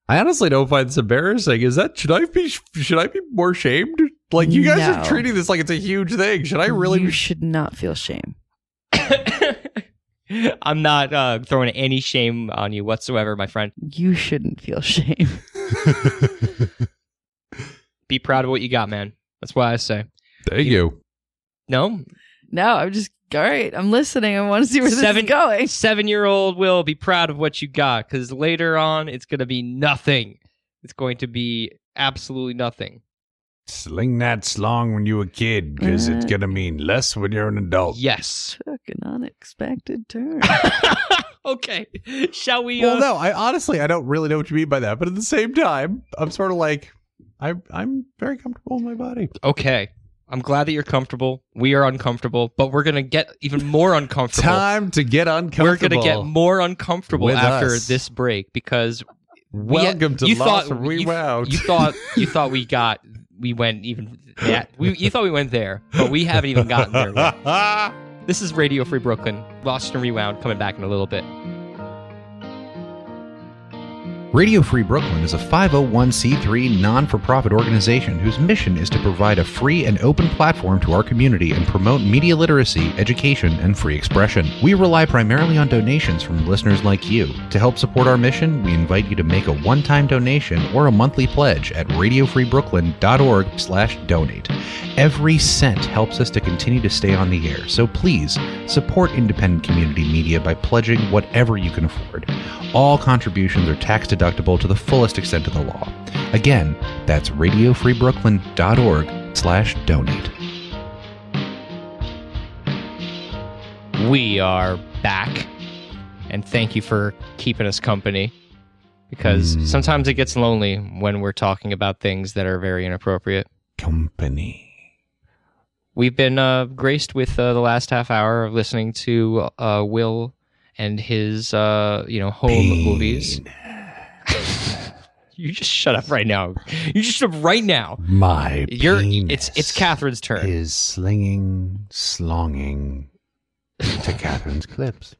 [SPEAKER 4] I honestly don't find this embarrassing. Is that should I be should I be more shamed?
[SPEAKER 8] Like you guys are
[SPEAKER 1] No.
[SPEAKER 8] treating this like it's a huge thing. Should I really?
[SPEAKER 1] you
[SPEAKER 8] be-
[SPEAKER 1] should not feel shame.
[SPEAKER 3] I'm not uh, throwing any shame on you whatsoever, my friend.
[SPEAKER 1] You shouldn't feel shame.
[SPEAKER 3] Be proud of what you got, man. That's why I say.
[SPEAKER 4] There you.
[SPEAKER 3] No,
[SPEAKER 1] No, I'm just all right. I'm listening. I want to see where this
[SPEAKER 3] Seven-
[SPEAKER 1] is going.
[SPEAKER 3] seven year old will be proud of what you got because later on it's going to be nothing. It's going to be absolutely nothing.
[SPEAKER 2] Sling that slong when you a kid, because it's
[SPEAKER 1] Uh.
[SPEAKER 2] gonna mean less when you're an adult.
[SPEAKER 3] Yes.
[SPEAKER 1] Took an unexpected turn.
[SPEAKER 3] okay. Shall we?
[SPEAKER 8] Well,
[SPEAKER 3] uh,
[SPEAKER 8] no. I honestly, I don't really know what you mean by that. But at the same time, I'm sort of like, I I'm very comfortable in my body.
[SPEAKER 3] Okay. I'm glad that you're comfortable. We are uncomfortable, but we're going to get even more uncomfortable.
[SPEAKER 8] Time to get uncomfortable.
[SPEAKER 3] we're going to get more uncomfortable
[SPEAKER 8] With
[SPEAKER 3] after
[SPEAKER 8] us.
[SPEAKER 3] this break because we-
[SPEAKER 8] Welcome to
[SPEAKER 3] you
[SPEAKER 8] Lost
[SPEAKER 3] thought
[SPEAKER 8] and Rewound.
[SPEAKER 3] You, you thought you thought we got we went even that we, you thought we went there, but we haven't even gotten there yet. This is Radio Free Brooklyn. Lost and Rewound coming back in a little bit.
[SPEAKER 4] Radio Free Brooklyn is a 501c3 non for profit organization whose mission is to provide a free and open platform to our community and promote media literacy, education, and free expression. We rely primarily on donations from listeners like you. To help support our mission, we invite you to make a one time donation or a monthly pledge at radiofreebrooklyn.org slash donate. Every cent helps us to continue to stay on the air, so please support independent community media by pledging whatever you can afford. All contributions are tax deductible to the fullest extent of the law. Again, that's radiofreebrooklyn.org slash donate.
[SPEAKER 3] We are back, and thank you for keeping us company because
[SPEAKER 4] Mm.
[SPEAKER 3] sometimes it gets lonely when we're talking about things that are very inappropriate.
[SPEAKER 4] Company.
[SPEAKER 3] We've been uh, graced with uh, the last half hour of listening to uh, Will and his uh, you know home movies. you just shut up right now. You just shut up right now.
[SPEAKER 4] My
[SPEAKER 3] You're it's it's Catherine's turn.
[SPEAKER 4] Is slinging, slonging to Catherine's clips.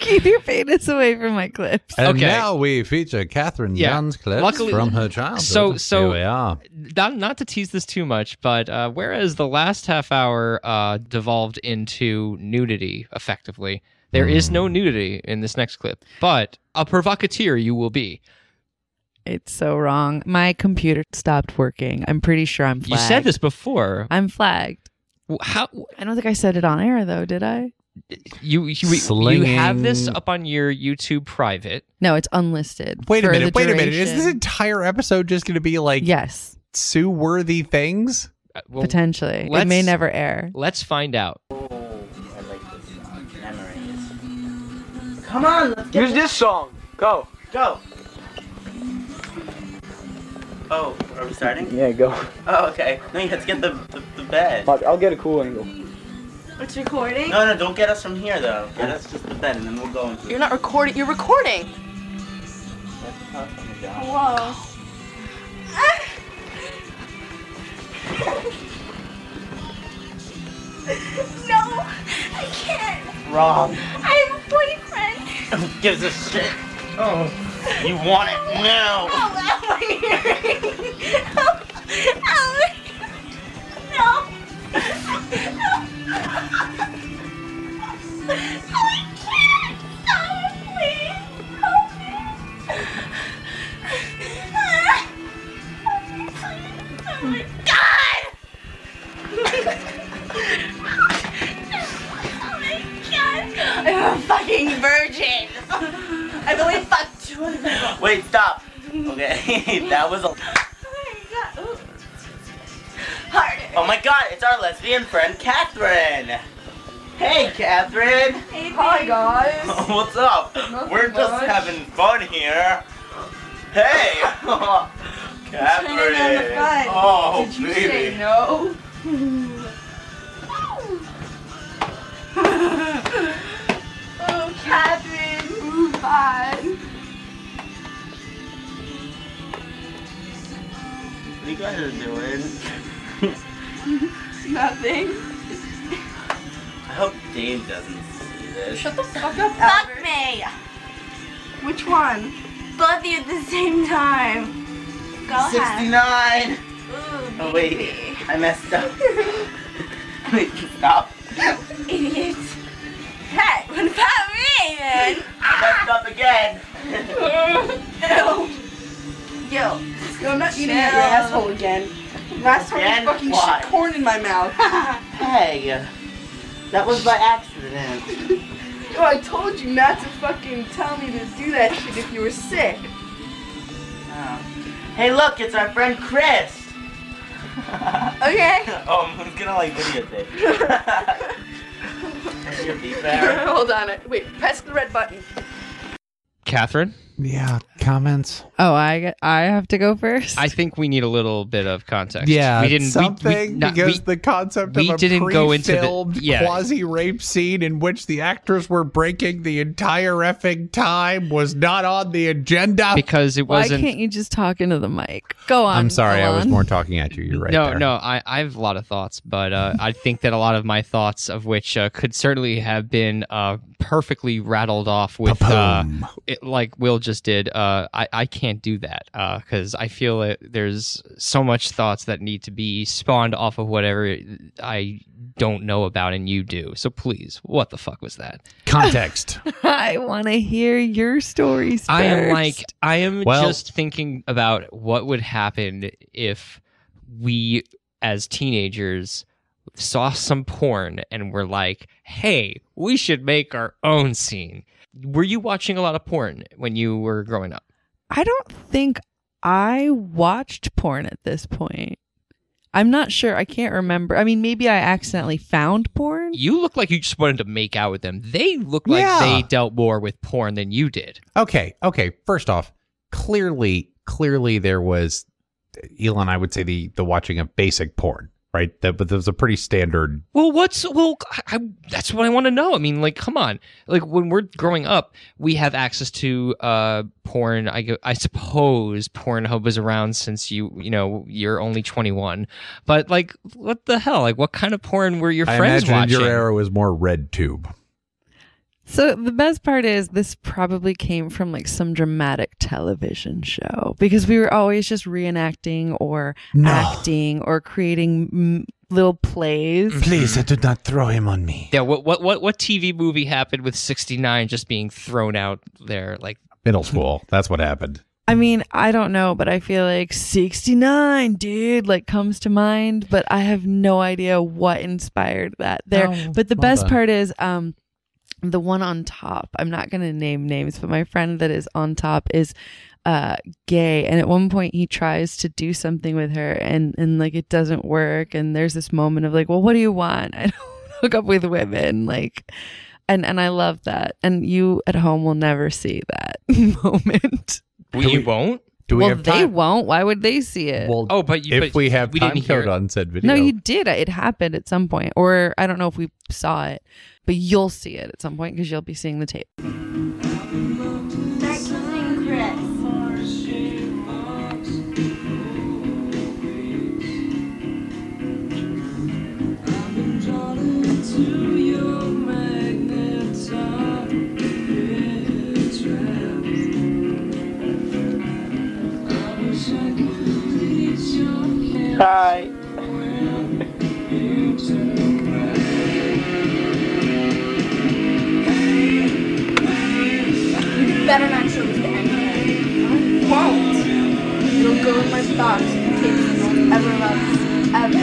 [SPEAKER 1] Keep your penis away from my clips.
[SPEAKER 4] And
[SPEAKER 3] Okay.
[SPEAKER 4] now we feature Catherine
[SPEAKER 3] Yeah.
[SPEAKER 4] Dunn's clips
[SPEAKER 3] Luckily-
[SPEAKER 4] from her childhood.
[SPEAKER 3] So- so-
[SPEAKER 4] Here we are.
[SPEAKER 3] not not to tease this too much, but uh, whereas the last half hour uh, devolved into nudity, effectively, there is no nudity in this next clip. But a provocateur you will be.
[SPEAKER 1] It's so wrong. My computer stopped working. I'm pretty sure I'm
[SPEAKER 3] You
[SPEAKER 1] flagged.
[SPEAKER 3] said this before.
[SPEAKER 1] I'm flagged.
[SPEAKER 3] W- How
[SPEAKER 1] I don't think I said it on air though, did I?
[SPEAKER 3] you you, you have this
[SPEAKER 4] Slinging.
[SPEAKER 3] up on your YouTube private?
[SPEAKER 1] No, it's unlisted.
[SPEAKER 8] Wait a
[SPEAKER 1] for
[SPEAKER 8] minute.
[SPEAKER 1] the
[SPEAKER 8] Wait a minute. Is
[SPEAKER 1] duration.
[SPEAKER 8] this entire episode just going to be like
[SPEAKER 1] Yes,
[SPEAKER 8] Sue worthy things?
[SPEAKER 3] Uh, well,
[SPEAKER 1] potentially. It
[SPEAKER 3] let's-
[SPEAKER 1] may never air.
[SPEAKER 3] Let's find out.
[SPEAKER 9] Come on, let's get
[SPEAKER 10] Use this song. Go.
[SPEAKER 11] Go. Oh, are we starting?
[SPEAKER 10] Yeah, go.
[SPEAKER 11] Oh, okay. No, you have to get the, the, the bed.
[SPEAKER 10] I'll, I'll get a cool angle.
[SPEAKER 12] It's recording.
[SPEAKER 11] No, no, don't get us from here though. Get us just the bed, and then we'll go into.
[SPEAKER 12] You're not recording. You're recording. Hello.
[SPEAKER 6] No, I can't.
[SPEAKER 11] Wrong.
[SPEAKER 6] I have a boyfriend.
[SPEAKER 11] Who gives a shit? Oh. You want it
[SPEAKER 6] Oh,
[SPEAKER 11] now?
[SPEAKER 6] ow, my earring. Ow, ow. No. Oh, I can't. Oh Stop, please. Help me. Oh, my God. Oh, my God.
[SPEAKER 12] I'm a fucking virgin. I've only fucked
[SPEAKER 6] Oh
[SPEAKER 12] two other people.
[SPEAKER 11] Wait, stop. Okay, that was a.
[SPEAKER 6] Oh, my God. Ooh.
[SPEAKER 12] Harder.
[SPEAKER 11] Oh my God! It's our lesbian friend Catherine. Hey, Catherine.
[SPEAKER 12] Hi guys.
[SPEAKER 11] What's up? We're just having fun here. Hey!
[SPEAKER 12] Turning on the
[SPEAKER 11] Catherine!
[SPEAKER 12] fun.
[SPEAKER 11] Oh,
[SPEAKER 12] Did you
[SPEAKER 11] baby.
[SPEAKER 12] say no? oh, Catherine, move on.
[SPEAKER 11] What you guys are doing?
[SPEAKER 12] Nothing.
[SPEAKER 11] I hope Dave doesn't see this.
[SPEAKER 12] Shut the fuck up,
[SPEAKER 6] Fuck
[SPEAKER 12] Albert.
[SPEAKER 6] me.
[SPEAKER 12] Which one?
[SPEAKER 6] Both of you at the same time. Go ahead.
[SPEAKER 11] 69!
[SPEAKER 6] Ooh,
[SPEAKER 11] Oh, wait.
[SPEAKER 6] baby.
[SPEAKER 11] I messed up. wait, stop.
[SPEAKER 6] Idiot. Hey, what about me, man?
[SPEAKER 11] I messed up again.
[SPEAKER 12] Yo, yo, I'm not eating at your asshole again. Last time I
[SPEAKER 11] Again?
[SPEAKER 12] fucking
[SPEAKER 11] Why?
[SPEAKER 12] shit corn in my mouth. oh,
[SPEAKER 11] hey! That was by accident.
[SPEAKER 12] I told you not to fucking tell me to do that shit if you were sick.
[SPEAKER 11] Oh. Hey, look, it's our friend Chris!
[SPEAKER 12] Okay.
[SPEAKER 11] oh, I'm gonna like videotape. Is your beat there?
[SPEAKER 12] Hold on. I- Wait, press the red button.
[SPEAKER 3] Catherine,
[SPEAKER 4] Yeah, comments.
[SPEAKER 1] Oh, I get, I have to go first.
[SPEAKER 3] I think we need a little bit of context.
[SPEAKER 13] Yeah,
[SPEAKER 3] we didn't we-
[SPEAKER 13] something
[SPEAKER 3] we, not-
[SPEAKER 13] because
[SPEAKER 3] we-
[SPEAKER 13] the concept
[SPEAKER 3] we
[SPEAKER 13] of a
[SPEAKER 3] didn't go into the-
[SPEAKER 13] pre-filmed
[SPEAKER 3] yeah.
[SPEAKER 13] quasi-rape scene in which the actors were breaking the entire effing time was not on the agenda.
[SPEAKER 3] because it
[SPEAKER 1] Why
[SPEAKER 3] wasn't.
[SPEAKER 1] can't you just talk into the mic? Go on.
[SPEAKER 4] I'm sorry, I was
[SPEAKER 1] Elon.
[SPEAKER 4] more talking at you. You're right.
[SPEAKER 3] no,
[SPEAKER 4] there.
[SPEAKER 3] no, I, I have a lot of thoughts, but uh, I think that a lot of my thoughts, of which uh, could certainly have been uh, perfectly rattled off with, uh,
[SPEAKER 13] Boom.
[SPEAKER 3] it, like Will just did. Uh, I, I can't do that because I feel that there's so much thoughts that need to be spawned off of whatever I don't know about and you do. So please, what the fuck was that?
[SPEAKER 13] Context.
[SPEAKER 1] I want to hear your stories.
[SPEAKER 3] I am
[SPEAKER 1] first.
[SPEAKER 3] like I am
[SPEAKER 4] Well-
[SPEAKER 3] just thinking about what would happen if we as teenagers saw some porn and were like, "Hey, we should make our own scene." Were you watching a lot of porn when you were growing up?
[SPEAKER 1] I don't think I watched porn at this point. I'm not sure. I can't remember. I mean, maybe I accidentally found porn.
[SPEAKER 3] You look like you just wanted to make out with them. They look like
[SPEAKER 4] Yeah.
[SPEAKER 3] they dealt more with porn than you did.
[SPEAKER 4] Okay, okay. First off, clearly, clearly there was Elon. I would say the the watching of basic porn, right? That, but there was a pretty standard.
[SPEAKER 3] Well, what's well? I, that's what I want to know. I mean, like, come on. Like when we're growing up, we have access to uh porn. I go, I suppose Pornhub was around since you you know you're only 21. But like, what the hell? Like, what kind of porn were your
[SPEAKER 13] I
[SPEAKER 3] friends
[SPEAKER 13] imagine
[SPEAKER 3] watching?
[SPEAKER 13] your arrow is more red tube.
[SPEAKER 1] So the best part is this probably came from like some dramatic television show because we were always just reenacting or
[SPEAKER 13] No.
[SPEAKER 1] acting or creating mm, little plays.
[SPEAKER 13] Please, do not throw him on me.
[SPEAKER 3] yeah. What what what what TV movie happened with 69 just being thrown out there? Like,
[SPEAKER 4] Middle school. That's what happened.
[SPEAKER 1] I mean, I don't know, but I feel like 69, dude, like comes to mind, but I have no idea what inspired that there.
[SPEAKER 4] Oh,
[SPEAKER 1] but the
[SPEAKER 4] well
[SPEAKER 1] best
[SPEAKER 4] done.
[SPEAKER 1] part is um the one on top. I'm not going to name names, but my friend that is on top is uh gay and at one point he tries to do something with her and and like it doesn't work and there's this moment of like, "Well, what do you want?" I don't hook up with women like and and I love that. And you at home will never see that moment.
[SPEAKER 3] We, won't.
[SPEAKER 8] Do we
[SPEAKER 1] well,
[SPEAKER 8] have
[SPEAKER 1] they
[SPEAKER 8] time?
[SPEAKER 1] won't. Why would they see it?
[SPEAKER 8] Well,
[SPEAKER 3] Oh, but you,
[SPEAKER 8] if
[SPEAKER 3] but
[SPEAKER 8] we have
[SPEAKER 3] we
[SPEAKER 8] time
[SPEAKER 3] didn't hear
[SPEAKER 8] code
[SPEAKER 3] it.
[SPEAKER 8] on said video,
[SPEAKER 1] no, you did. It happened at some point, or I don't know if we saw it, but you'll see it at some point because you'll be seeing the tape.
[SPEAKER 6] Start kissing Chris.
[SPEAKER 11] Hi.
[SPEAKER 6] You better not show this to anyone.
[SPEAKER 14] Won't. You'll go in my box and take it
[SPEAKER 6] Ever love ever.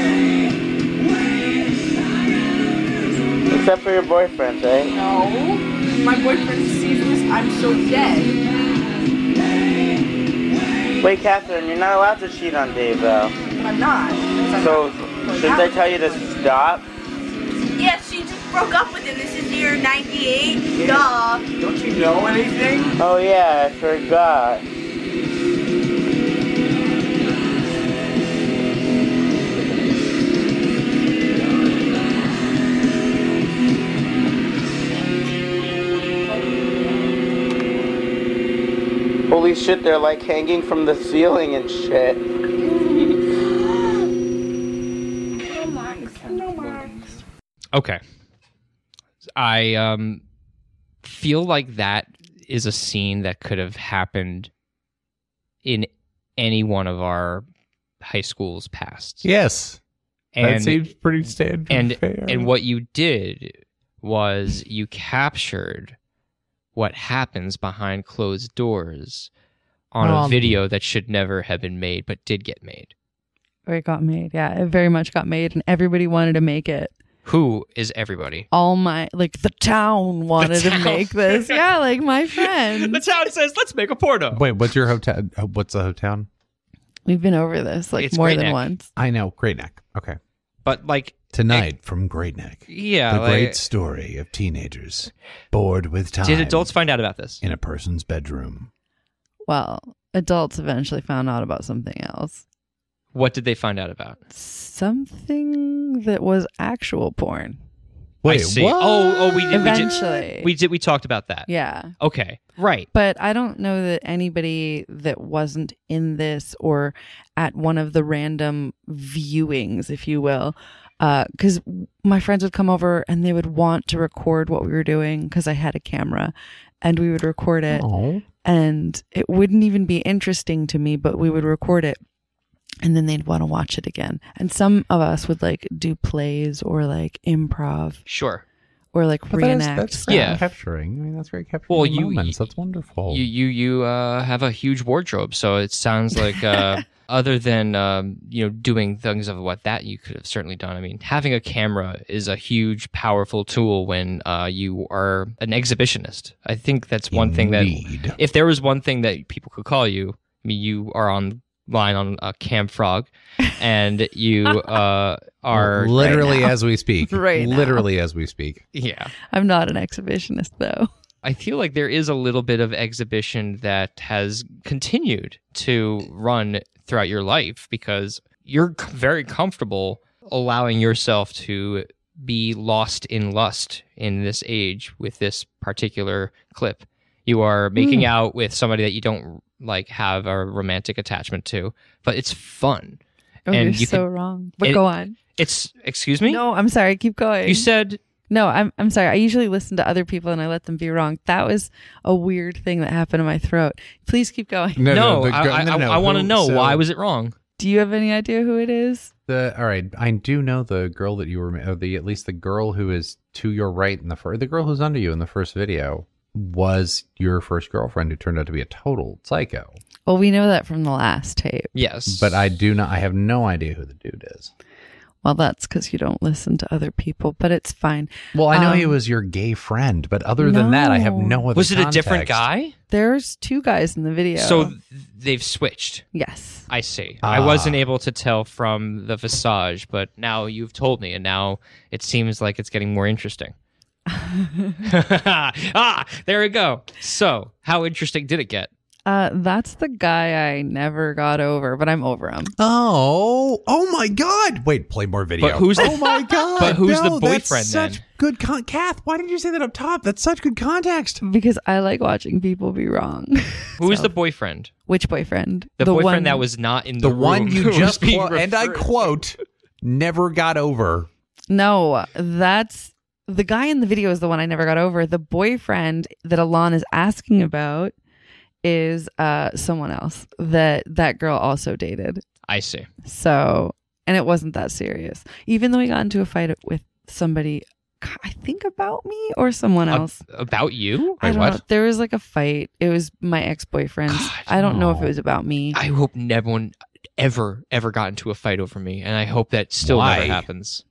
[SPEAKER 11] Except for your boyfriend, right?
[SPEAKER 14] No. My boyfriend sees this, I'm so dead.
[SPEAKER 11] Wait, Catherine, you're not allowed to cheat on Dave, though.
[SPEAKER 14] But I'm not.
[SPEAKER 11] So, shouldn't I tell you to stop?
[SPEAKER 6] Yeah, she just broke up with him. This is year 98. Duh.
[SPEAKER 11] Don't you know anything? Oh, yeah, I forgot. Holy shit, they're like hanging from the ceiling and shit.
[SPEAKER 3] Okay. I um feel like that is a scene that could have happened in any one of our high schools past.
[SPEAKER 8] yes, that
[SPEAKER 3] And
[SPEAKER 8] seems pretty standard
[SPEAKER 3] and
[SPEAKER 8] fair.
[SPEAKER 3] and what you did was you captured what happens behind closed doors on a
[SPEAKER 1] Um,
[SPEAKER 3] video that should never have been made but did get made.
[SPEAKER 1] Or it got made. Yeah, it very much got made, and everybody wanted to make it.
[SPEAKER 3] Who is everybody?
[SPEAKER 1] All my like the town wanted
[SPEAKER 3] town.
[SPEAKER 1] to make this. Yeah, like my friend.
[SPEAKER 3] the town says, "Let's make a porno."
[SPEAKER 8] wait, what's your hotel? uh, What's the hotel?
[SPEAKER 1] We've been over this like
[SPEAKER 3] It's
[SPEAKER 1] more
[SPEAKER 3] Great
[SPEAKER 1] than
[SPEAKER 3] Neck.
[SPEAKER 1] once.
[SPEAKER 8] I know Great Neck. Okay,
[SPEAKER 3] But like
[SPEAKER 2] Tonight from Great Neck.
[SPEAKER 3] yeah,
[SPEAKER 2] the
[SPEAKER 3] like,
[SPEAKER 2] great story of teenagers bored with time.
[SPEAKER 3] did adults find out about this?
[SPEAKER 2] in a person's bedroom?
[SPEAKER 1] Well, adults eventually found out about something else.
[SPEAKER 3] What did they find out about?
[SPEAKER 1] Something that was actual porn.
[SPEAKER 3] I see. Oh, oh, we did. We did.
[SPEAKER 1] Eventually.
[SPEAKER 3] We did. We talked about that.
[SPEAKER 1] yeah.
[SPEAKER 3] Okay. Right.
[SPEAKER 1] But I don't know that anybody that wasn't in this or at one of the random viewings, if you will, because my friends would come over and they would want to record what we were doing because I had a camera and we would record it.
[SPEAKER 8] Oh,
[SPEAKER 1] and it wouldn't even be interesting to me, but we would record it and then they'd want to watch it again. And some of us would like do plays or like improv
[SPEAKER 3] Sure.
[SPEAKER 1] or like
[SPEAKER 8] but Oh, that is,
[SPEAKER 1] reenact.
[SPEAKER 8] that's
[SPEAKER 1] stuff.
[SPEAKER 8] great
[SPEAKER 3] Yeah.
[SPEAKER 8] capturing. I mean, that's great capturing.
[SPEAKER 3] Well,
[SPEAKER 8] the
[SPEAKER 3] you-
[SPEAKER 8] moments. that's
[SPEAKER 2] Oh.
[SPEAKER 8] wonderful.
[SPEAKER 3] You you you uh, have a huge wardrobe, so it sounds like uh, other than um, you know doing things of what that you could have certainly done. I mean, having a camera is a huge, powerful tool when uh, you are an exhibitionist. I think that's one thing that
[SPEAKER 2] Indeed.
[SPEAKER 3] if there was one thing that people could call you, I mean, you are on line on uh, Cam Frog, and you uh, are
[SPEAKER 4] literally as we speak.
[SPEAKER 1] Right now.
[SPEAKER 4] Literally as we speak.
[SPEAKER 3] yeah.
[SPEAKER 1] I'm not an exhibitionist though.
[SPEAKER 3] I feel like there is a little bit of exhibition that has continued to run throughout your life because you're c- very comfortable allowing yourself to be lost in lust in this age with this particular clip. You are making out with somebody that you don't like have a romantic attachment to, but it's fun.
[SPEAKER 1] Oh,
[SPEAKER 3] And
[SPEAKER 1] you're
[SPEAKER 3] you
[SPEAKER 1] so
[SPEAKER 3] can-
[SPEAKER 1] wrong. But
[SPEAKER 3] and-
[SPEAKER 1] go on.
[SPEAKER 3] It's excuse me?
[SPEAKER 1] No, I'm sorry. Keep going.
[SPEAKER 3] You said
[SPEAKER 1] no, I'm I'm sorry. I usually listen to other people and I let them be wrong. That was a weird thing that happened in my throat. Please keep going.
[SPEAKER 3] no,
[SPEAKER 8] the
[SPEAKER 3] I,
[SPEAKER 8] gr-
[SPEAKER 3] I, I, want to
[SPEAKER 8] who-
[SPEAKER 3] know
[SPEAKER 8] so
[SPEAKER 3] why was it wrong?
[SPEAKER 1] Do you have any idea who it is?
[SPEAKER 4] The all right, I do know the girl that you were or the at least the girl who is to your right in the first the girl who's under you in the first video was your first girlfriend who turned out to be a total psycho.
[SPEAKER 1] Well, we know that from the last tape.
[SPEAKER 3] Yes.
[SPEAKER 4] But I do not I have no idea who the dude is.
[SPEAKER 1] Well, that's because you don't listen to other people, but it's fine.
[SPEAKER 4] Well, I know he
[SPEAKER 1] Um,
[SPEAKER 4] was your gay friend, but other than that I have no
[SPEAKER 1] no.
[SPEAKER 4] other
[SPEAKER 3] was it a
[SPEAKER 4] context.
[SPEAKER 3] different guy?
[SPEAKER 1] There's two guys in the video.
[SPEAKER 3] So th- they've switched.
[SPEAKER 1] yes.
[SPEAKER 3] I see. I wasn't
[SPEAKER 8] Ah.
[SPEAKER 3] able to tell from the visage, but now you've told me, and now it seems like it's getting more interesting. ah, there we go. So, how interesting did it get?
[SPEAKER 1] Uh, that's the guy I never got over, but I'm over him.
[SPEAKER 8] Oh, oh my God! Wait, play more video.
[SPEAKER 3] But who's the-
[SPEAKER 8] oh my God!
[SPEAKER 3] but who's the
[SPEAKER 8] no, that's
[SPEAKER 3] boyfriend then?
[SPEAKER 8] Such good, con- Kath. Why did you say that up top? That's such good context.
[SPEAKER 1] Because I like watching people be wrong.
[SPEAKER 3] Who is
[SPEAKER 1] So-
[SPEAKER 3] the boyfriend?
[SPEAKER 1] Which boyfriend?
[SPEAKER 3] The, boyfriend
[SPEAKER 1] one-
[SPEAKER 3] that was not in
[SPEAKER 8] The
[SPEAKER 3] the,
[SPEAKER 8] one
[SPEAKER 3] room
[SPEAKER 8] you
[SPEAKER 3] who was
[SPEAKER 8] just
[SPEAKER 3] being
[SPEAKER 8] quo- and I
[SPEAKER 3] referred-
[SPEAKER 8] quote never got over.
[SPEAKER 1] No, that's the guy in the video is the one I never got over. The boyfriend that Alon is asking about is uh someone else that that girl also dated.
[SPEAKER 3] I see.
[SPEAKER 1] So, and it wasn't that serious. Even though he got into a fight with somebody I think about me or someone
[SPEAKER 3] Ab-
[SPEAKER 1] else.
[SPEAKER 3] about you?
[SPEAKER 1] I
[SPEAKER 4] Wait,
[SPEAKER 1] don't
[SPEAKER 4] what?
[SPEAKER 1] know. There was like a fight. It was my ex-boyfriend's.
[SPEAKER 3] God,
[SPEAKER 1] I don't know if
[SPEAKER 3] no.
[SPEAKER 1] it was about me.
[SPEAKER 3] I hope no one ever ever got into a fight over me, and I hope that still
[SPEAKER 8] Why?
[SPEAKER 3] never happens.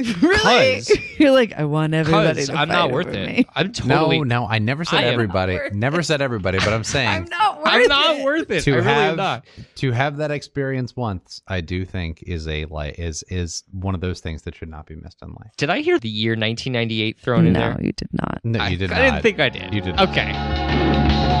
[SPEAKER 1] really?
[SPEAKER 3] 'Cause-
[SPEAKER 1] You're like I want everybody
[SPEAKER 3] Because
[SPEAKER 1] to
[SPEAKER 3] I'm
[SPEAKER 1] fight
[SPEAKER 3] not worth
[SPEAKER 1] over
[SPEAKER 3] it.
[SPEAKER 1] me.
[SPEAKER 3] I'm totally.
[SPEAKER 8] no, I never
[SPEAKER 3] I am not
[SPEAKER 1] worth
[SPEAKER 8] Never said everybody, but I'm saying
[SPEAKER 1] I'm not worth
[SPEAKER 3] I'm not
[SPEAKER 1] it.
[SPEAKER 3] worth it.
[SPEAKER 4] To
[SPEAKER 3] I really
[SPEAKER 4] have
[SPEAKER 3] am not.
[SPEAKER 4] to have that experience once, I do think is a like is is one of those things that should not be missed in life.
[SPEAKER 3] Did I hear the year 1998 thrown in
[SPEAKER 1] no,
[SPEAKER 3] there?
[SPEAKER 1] you did not.
[SPEAKER 4] No,
[SPEAKER 3] I,
[SPEAKER 4] you did
[SPEAKER 3] I
[SPEAKER 4] not.
[SPEAKER 3] didn't think I did.
[SPEAKER 4] You did not.
[SPEAKER 3] Okay.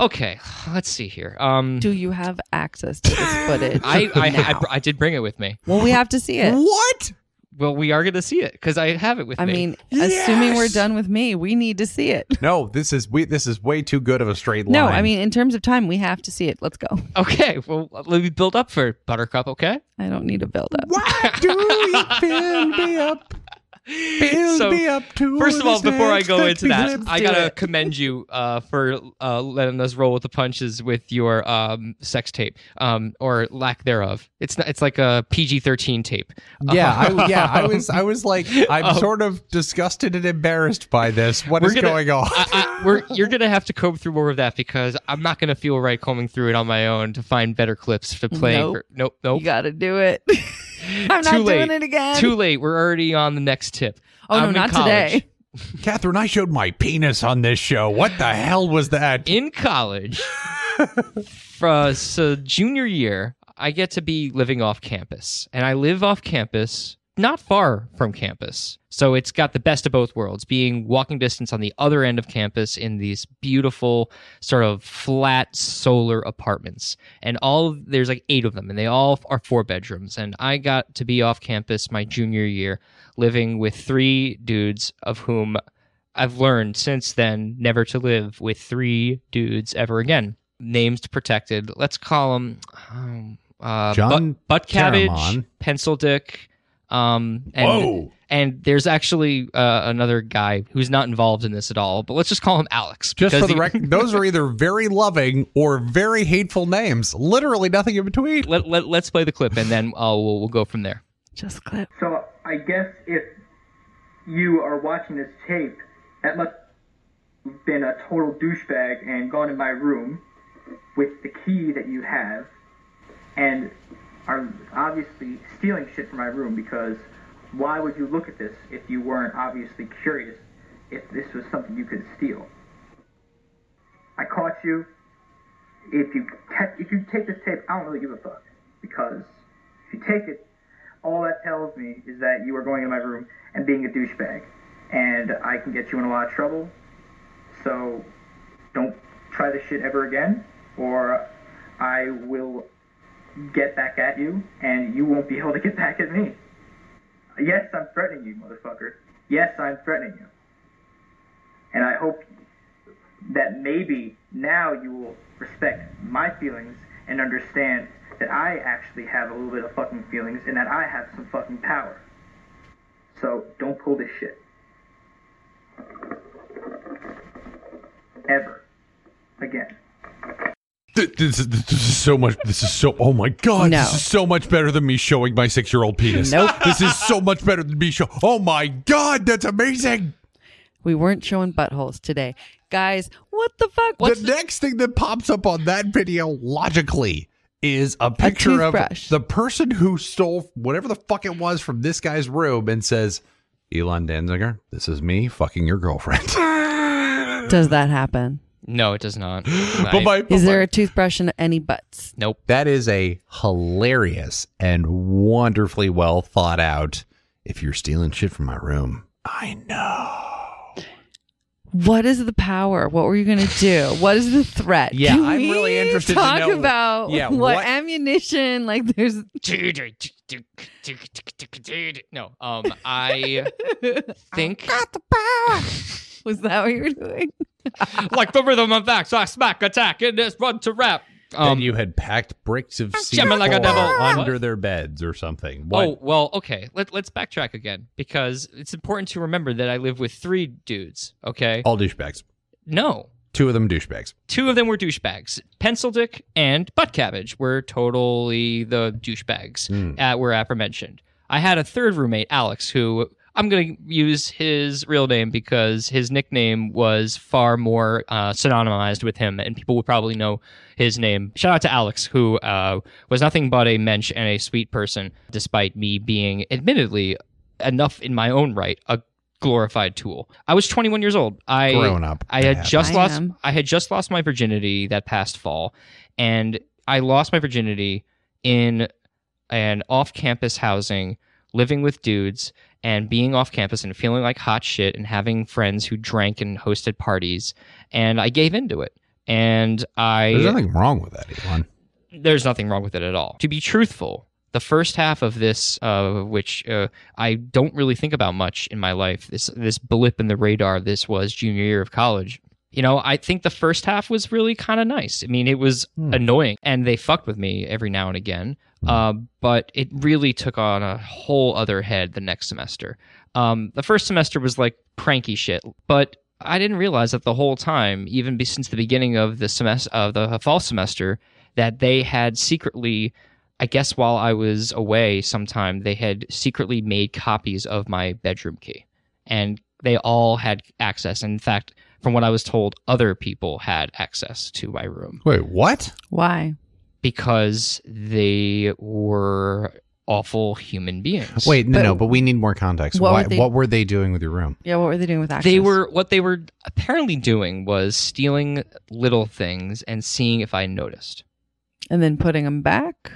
[SPEAKER 3] Okay. Let's see here. Um,
[SPEAKER 1] Do you have access to this footage?
[SPEAKER 3] I I,
[SPEAKER 1] now?
[SPEAKER 3] I I did bring it with me.
[SPEAKER 1] well, we have to see it.
[SPEAKER 8] what?
[SPEAKER 3] Well, we are going to see it because I have it with
[SPEAKER 1] I
[SPEAKER 3] me.
[SPEAKER 1] mean, assuming we're
[SPEAKER 8] Yes!
[SPEAKER 1] done with me, we need to see it.
[SPEAKER 8] No, this is we. This is way too good of a straight line.
[SPEAKER 1] No, I mean, in terms of time, we have to see it. Let's go.
[SPEAKER 3] okay. Well, let me build up for Buttercup. Okay.
[SPEAKER 1] I don't need a build up.
[SPEAKER 8] why do you build me up? Build
[SPEAKER 3] So,
[SPEAKER 8] me up to.
[SPEAKER 3] First of all,
[SPEAKER 8] this
[SPEAKER 3] before I
[SPEAKER 8] next
[SPEAKER 3] go into that,
[SPEAKER 8] eclipse.
[SPEAKER 3] I
[SPEAKER 1] do
[SPEAKER 3] gotta
[SPEAKER 1] it.
[SPEAKER 3] commend you uh, for uh, letting us roll with the punches with your um, sex tape um, or lack thereof. It's not, it's like a PG thirteen tape.
[SPEAKER 8] Yeah, I, yeah, I was, I was like, I'm
[SPEAKER 3] Um,
[SPEAKER 8] sort of disgusted and embarrassed by this. What is
[SPEAKER 3] gonna-
[SPEAKER 8] going on?
[SPEAKER 3] I, I, we're, you're gonna have to comb through more of that because I'm not gonna feel right combing through it on my own to find better clips to play.
[SPEAKER 1] Nope.
[SPEAKER 3] for- nope, nope.
[SPEAKER 1] You got to do it. I'm
[SPEAKER 3] Too
[SPEAKER 1] not
[SPEAKER 3] late.
[SPEAKER 1] doing it again.
[SPEAKER 3] Too late. We're already on the next tip.
[SPEAKER 1] oh,
[SPEAKER 3] I'm
[SPEAKER 1] no,
[SPEAKER 3] in
[SPEAKER 1] not
[SPEAKER 3] college.
[SPEAKER 1] today.
[SPEAKER 8] Catherine, I showed my penis on this show. What the hell was that?
[SPEAKER 3] in college, for so junior year, I get to be living off campus, and I live off campus, not far from campus. So it's got the best of both worlds, being walking distance on the other end of campus in these beautiful sort of flat solar apartments. And all there's like eight of them, and they all are four bedrooms. And I got to be off campus my junior year, living with three dudes, of whom I've learned since then never to live with three dudes ever again. Names protected. Let's call them um, uh,
[SPEAKER 4] John
[SPEAKER 3] butt, butt cabbage,
[SPEAKER 4] Caramon.
[SPEAKER 3] pencil dick. Um, and,
[SPEAKER 8] Whoa.
[SPEAKER 3] And there's actually uh, another guy who's not involved in this at all, but let's just call him Alex.
[SPEAKER 8] Just for
[SPEAKER 3] because
[SPEAKER 8] the
[SPEAKER 3] he-
[SPEAKER 8] record, those are either very loving or very hateful names. Literally nothing in between.
[SPEAKER 3] let, let, let's play the clip and then uh, we'll, we'll go from there.
[SPEAKER 1] Just clip.
[SPEAKER 12] So I guess if you are watching this tape, that must have been a total douchebag and gone in my room with the key that you have and are obviously stealing shit from my room because why would you look at this if you weren't obviously curious if this was something you could steal? I caught you. If you ca- if you take this tape, I don't really give a fuck because if you take it, all that tells me is that you are going in my room and being a douchebag, and I can get you in a lot of trouble. So don't try this shit ever again, or I will get back at you, and you won't be able to get back at me. Yes, I'm threatening you, motherfucker. Yes, I'm threatening you. And I hope that maybe now you will respect my feelings and understand that I actually have a little bit of fucking feelings and that I have some fucking power. So don't pull this shit. ever again.
[SPEAKER 8] Th- This is, this is so much. This is so. Oh my god!
[SPEAKER 1] No.
[SPEAKER 8] This is so much better than me showing my six-year-old penis.
[SPEAKER 1] Nope.
[SPEAKER 8] This is so much better than me show. Oh my god! That's amazing.
[SPEAKER 1] We weren't showing buttholes today. Guys, what the fuck? What's
[SPEAKER 8] the next thing that pops up on that video logically is a picture of
[SPEAKER 1] toothbrush.
[SPEAKER 8] the person who stole whatever the fuck it was from this guy's room and says, "Elon Danziger, this is me fucking your girlfriend."
[SPEAKER 1] Does that happen?
[SPEAKER 3] No, it does not.
[SPEAKER 8] But my-
[SPEAKER 1] Is there a toothbrush in any butts?
[SPEAKER 3] Nope.
[SPEAKER 8] That is a hilarious and wonderfully well thought out. If you're stealing shit from my room, I know.
[SPEAKER 1] What is the power? What were you going to do? What is the threat?
[SPEAKER 8] Yeah,
[SPEAKER 1] Can
[SPEAKER 8] I'm
[SPEAKER 1] we
[SPEAKER 8] really interested to
[SPEAKER 1] Talk
[SPEAKER 8] know-
[SPEAKER 1] about
[SPEAKER 8] yeah,
[SPEAKER 1] what,
[SPEAKER 8] what-
[SPEAKER 1] ammunition? Like, there's
[SPEAKER 3] No, um, I think
[SPEAKER 1] was that what you were doing?
[SPEAKER 3] like the rhythm of that. So I smack, attack, and this run to rap. Um,
[SPEAKER 4] and you had packed bricks of
[SPEAKER 3] Gemma
[SPEAKER 4] C4
[SPEAKER 3] like a devil.
[SPEAKER 4] under
[SPEAKER 3] What?
[SPEAKER 4] their beds or something. What?
[SPEAKER 3] Oh well, okay. Let let's backtrack again because it's important to remember that I live with three dudes. Okay,
[SPEAKER 4] All douchebags.
[SPEAKER 3] no,
[SPEAKER 4] Two of them douchebags.
[SPEAKER 3] two of them were douchebags. Pencil Dick and Butt Cabbage were totally the douchebags at were aforementioned. I had a third roommate, Alex, who I'm going to use his real name because his nickname was far more uh, synonymized with him, and people would probably know his name. Shout out to Alex, who uh, was nothing but a mensch and a sweet person, despite me being admittedly enough in my own right a glorified tool. I was 21 years old. I
[SPEAKER 4] Grown up.
[SPEAKER 3] I had
[SPEAKER 4] bad.
[SPEAKER 3] just
[SPEAKER 1] I
[SPEAKER 3] lost
[SPEAKER 1] am.
[SPEAKER 3] I had just lost my virginity that past fall and I lost my virginity in an off-campus housing living with dudes and being off campus and feeling like hot shit and having friends who drank and hosted parties and I gave into it. And I
[SPEAKER 4] There's nothing wrong with that, Elon.
[SPEAKER 3] there's nothing wrong with it at all. To be truthful, the first half of this, uh, which uh, I don't really think about much in my life, this this blip in the radar, this was junior year of college. You know, I think the first half was really kind of nice. I mean, it was annoying, and they fucked with me every now and again. Uh, but it really took on a whole other head the next semester. Um, the first semester was like pranky shit, but I didn't realize that the whole time, even be, since the beginning of the semester of the fall semester, that they had secretly, I guess, while I was away, sometime they had secretly made copies of my bedroom key, and they all had access. In fact, from what I was told, other people had access to my room
[SPEAKER 4] Wait, what?
[SPEAKER 1] Why?
[SPEAKER 3] because they were awful human beings.
[SPEAKER 4] Wait, no,
[SPEAKER 1] But-
[SPEAKER 4] no, but we need more context.
[SPEAKER 1] What
[SPEAKER 4] Why,
[SPEAKER 1] were they-
[SPEAKER 4] what were they doing with your room?
[SPEAKER 1] Yeah, what were they doing with access?
[SPEAKER 3] They were what they were apparently doing was stealing little things and seeing if I noticed.
[SPEAKER 1] and then putting them back.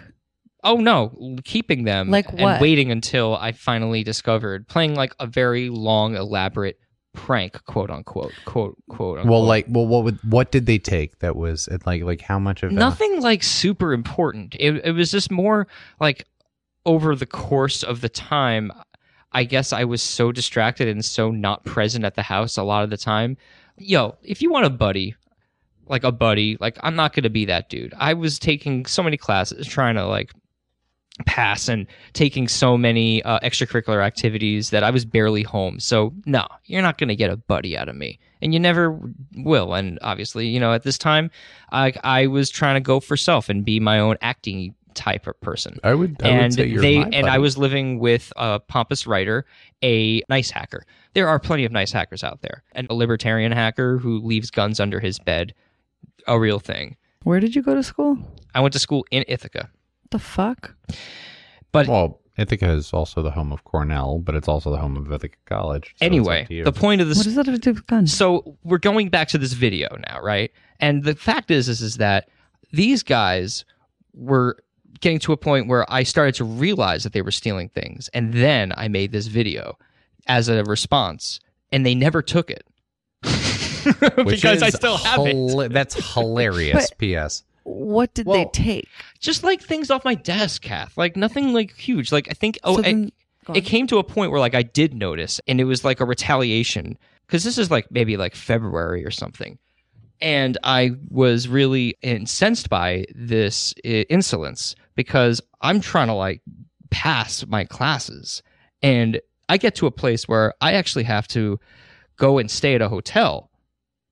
[SPEAKER 3] Oh no, keeping them
[SPEAKER 1] Like what?
[SPEAKER 3] and waiting until I finally discovered playing like a very long elaborate prank, quote unquote, quote quote unquote.
[SPEAKER 4] Uh, Well, like, well, what would, what did they take that was like, like how much of that?
[SPEAKER 3] nothing like super important. It it was just more like over the course of the time, I guess I was so distracted and so not present at the house a lot of the time. Yo, if you want a buddy, like a buddy, like I'm not gonna be that dude. I was taking so many classes trying to like pass and taking so many uh, extracurricular activities that I was barely home. So no, you're not gonna get a buddy out of me, and you never will. And obviously, you know, at this time, I I was trying to go for self and be my own acting type of person.
[SPEAKER 4] I would, I would
[SPEAKER 3] and
[SPEAKER 4] say you're
[SPEAKER 3] they
[SPEAKER 4] my
[SPEAKER 3] and
[SPEAKER 4] buddy.
[SPEAKER 3] I was living with a pompous writer, a nice hacker. There are plenty of nice hackers out there, and a libertarian hacker who leaves guns under his bed, a real thing.
[SPEAKER 1] Where did you go to school?
[SPEAKER 3] I went to school in Ithaca.
[SPEAKER 1] The fuck?
[SPEAKER 4] Well, Ithaca is also the home of Cornell, but it's also the home of Ithaca College. so it's up
[SPEAKER 3] anyway,
[SPEAKER 4] to you.
[SPEAKER 3] the point of this
[SPEAKER 1] What does that have to do with guns?
[SPEAKER 3] So we're going back to this video now, right? And the fact is, is, is that these guys were getting to a point where I started to realize that they were stealing things, and then I made this video as a response, and they never took it
[SPEAKER 4] Which
[SPEAKER 3] because I
[SPEAKER 4] is
[SPEAKER 3] still have it.
[SPEAKER 4] hila- That's hilarious.
[SPEAKER 1] But-
[SPEAKER 4] P.S.
[SPEAKER 1] What did they
[SPEAKER 4] Well,
[SPEAKER 1] take?
[SPEAKER 3] Just like things off my desk, Kath. Like nothing like huge. Like I think. Oh,
[SPEAKER 1] So
[SPEAKER 3] I-
[SPEAKER 1] then- go
[SPEAKER 3] it
[SPEAKER 1] on.
[SPEAKER 3] came to a point where like I did notice, and it was like a retaliation because this is like maybe like February or something, and I was really incensed by this uh, insolence because I'm trying to like pass my classes, and I get to a place where I actually have to go and stay at a hotel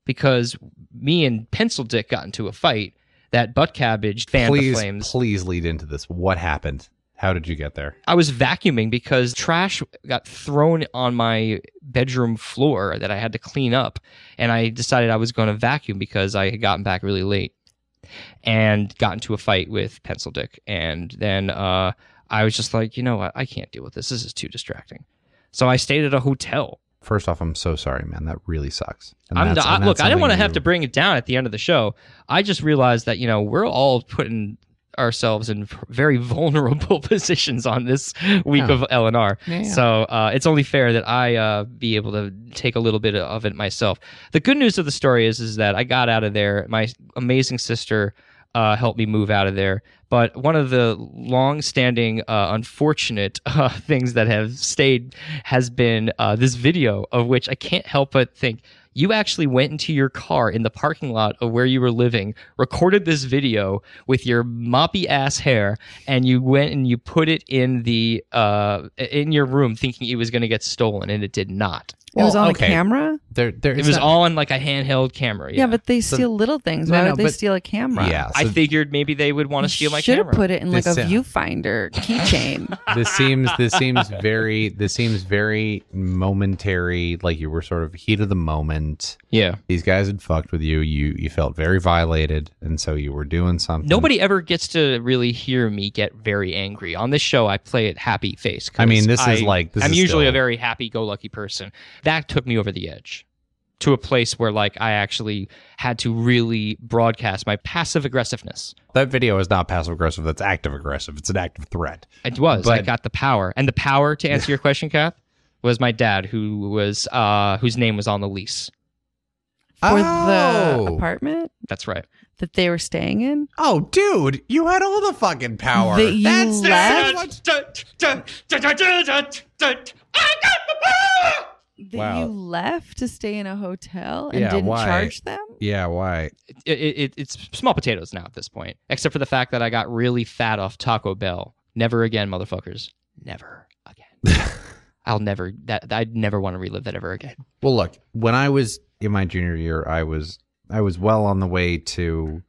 [SPEAKER 3] because me and Pencil Dick got into a fight. That butt cabbage fanned the
[SPEAKER 4] Please,
[SPEAKER 3] flames.
[SPEAKER 4] please lead into this. What happened? How did you get there?
[SPEAKER 3] I was vacuuming because trash got thrown on my bedroom floor that I had to clean up. And I decided I was going to vacuum because I had gotten back really late and got into a fight with Pencil Dick. And then uh, I was just like, you know what? I can't deal with this. This is too distracting. So I stayed at a hotel.
[SPEAKER 4] First off, I'm so sorry, man. That really sucks. And
[SPEAKER 3] I'm
[SPEAKER 4] that's-
[SPEAKER 3] I,
[SPEAKER 4] and
[SPEAKER 3] look,
[SPEAKER 4] that's
[SPEAKER 3] I didn't want to
[SPEAKER 4] something
[SPEAKER 3] have
[SPEAKER 4] you-
[SPEAKER 3] to bring it down at the end of the show. I just realized that, you know, we're all putting ourselves in very vulnerable positions on this week
[SPEAKER 8] Yeah.
[SPEAKER 3] of LNR.
[SPEAKER 8] Yeah.
[SPEAKER 3] So uh, it's only fair that I uh, be able to take a little bit of it myself. The good news of the story is, is that I got out of there. My amazing sister uh, helped me move out of there. But one of the long-standing, uh, unfortunate uh, things that have stayed has been uh, this video, of which I can't help but think you actually went into your car in the parking lot of where you were living, recorded this video with your moppy ass hair, and you went and you put it in the uh, in your room, thinking it was going to get stolen, and it did not.
[SPEAKER 1] It was on a camera.
[SPEAKER 4] There, there.
[SPEAKER 3] It
[SPEAKER 4] it's
[SPEAKER 3] was
[SPEAKER 4] not-
[SPEAKER 3] all on like a handheld camera.
[SPEAKER 1] Yeah,
[SPEAKER 3] Yeah,
[SPEAKER 1] but they
[SPEAKER 3] So-
[SPEAKER 1] steal little things.
[SPEAKER 3] No,
[SPEAKER 1] Why
[SPEAKER 3] no,
[SPEAKER 1] would they
[SPEAKER 3] but-
[SPEAKER 1] steal a camera?
[SPEAKER 4] Yeah,
[SPEAKER 3] I
[SPEAKER 4] so-
[SPEAKER 3] figured maybe they would want to steal my
[SPEAKER 1] Should
[SPEAKER 3] camera.
[SPEAKER 1] have put it in like
[SPEAKER 4] This,
[SPEAKER 1] a
[SPEAKER 4] uh,
[SPEAKER 1] viewfinder keychain.
[SPEAKER 4] this seems this seems very this seems very momentary like you were sort of heat of the moment
[SPEAKER 3] Yeah.
[SPEAKER 4] these guys had fucked with you you you felt very violated and so you were doing something
[SPEAKER 3] Nobody ever gets to really hear me get very angry. On this show, I play it happy face. 'cause
[SPEAKER 4] I mean, this is like- this
[SPEAKER 3] I'm
[SPEAKER 4] is
[SPEAKER 3] usually a
[SPEAKER 4] still-
[SPEAKER 3] very happy-go-lucky person. That took me over the edge to a place where like I actually had to really broadcast my passive aggressiveness.
[SPEAKER 4] that video is not passive aggressive that's active aggressive it's an active threat
[SPEAKER 3] It was. I
[SPEAKER 4] But-
[SPEAKER 3] got the power, and the power to answer your question, Kath, was my dad, who was uh, whose name was on the lease.
[SPEAKER 1] For the
[SPEAKER 4] Oh.
[SPEAKER 1] apartment
[SPEAKER 3] That's right.
[SPEAKER 1] that they were staying in?
[SPEAKER 4] oh dude you had all the fucking power
[SPEAKER 1] That you
[SPEAKER 4] that's
[SPEAKER 1] left? That
[SPEAKER 4] Wow.
[SPEAKER 1] you left to stay in a hotel and
[SPEAKER 4] Yeah,
[SPEAKER 1] didn't
[SPEAKER 4] why?
[SPEAKER 1] charge them?
[SPEAKER 4] yeah why
[SPEAKER 3] It, it, it's small potatoes now at this point, except for the fact that I got really fat off Taco Bell. Never again, motherfuckers. Never again. I'll never that I'd never want to relive that ever again.
[SPEAKER 4] Well, look, when I was in my junior year, I was I was well on the way to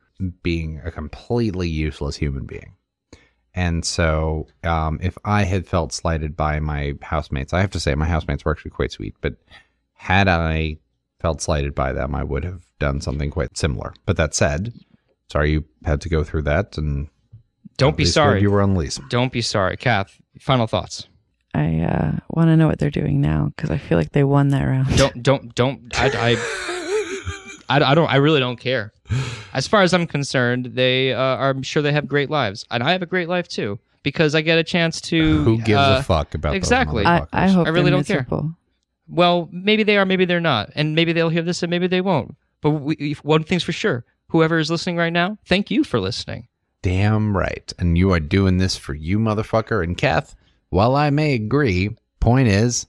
[SPEAKER 4] being a completely useless human being. And so, um, if I had felt slighted by my housemates, I have to say my housemates were actually quite sweet. But had I felt slighted by them, I would have done something quite similar. But that said, sorry you had to go through that, and
[SPEAKER 3] Don't
[SPEAKER 4] at
[SPEAKER 3] be
[SPEAKER 4] least where
[SPEAKER 3] sorry.
[SPEAKER 4] you were on lease.
[SPEAKER 3] Don't be sorry, Kath. Final thoughts.
[SPEAKER 1] I uh, want to know what they're doing now because I feel like they won that round.
[SPEAKER 3] don't don't don't I, I, I, I don't I really don't care. As far as I'm concerned, they uh, are I'm sure they have great lives, and I have a great life too because I get a chance to.
[SPEAKER 4] Who gives
[SPEAKER 3] uh,
[SPEAKER 4] a fuck about those
[SPEAKER 3] exactly.
[SPEAKER 1] I,
[SPEAKER 4] motherfuckers?
[SPEAKER 1] I hope
[SPEAKER 3] I really
[SPEAKER 1] they're
[SPEAKER 3] don't care.
[SPEAKER 1] miserable.
[SPEAKER 3] Well, maybe they are, maybe they're not, and maybe they'll hear this, and maybe they won't. But we, if- one thing's for sure: whoever is listening right now, thank you for listening.
[SPEAKER 4] Damn right. And you are doing this for you, motherfucker. And Kath, while I may agree, point is,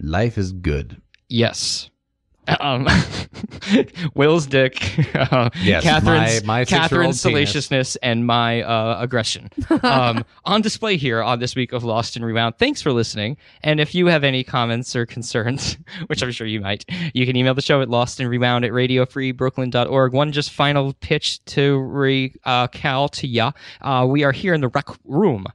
[SPEAKER 4] life is good.
[SPEAKER 3] Yes. Um, Will's dick, uh,
[SPEAKER 4] Yes,
[SPEAKER 3] Catherine's,
[SPEAKER 4] my- my six-year-old
[SPEAKER 3] Catherine's
[SPEAKER 4] penis.
[SPEAKER 3] salaciousness, and my uh, aggression um, on display here on this week of Lost and Rewound. Thanks for listening. And if you have any comments or concerns, which I'm sure you might, you can email the show at Lost and Rewound at radiofreebrooklyn.org. One just final pitch to recall to ya. Uh, we are here in the rec room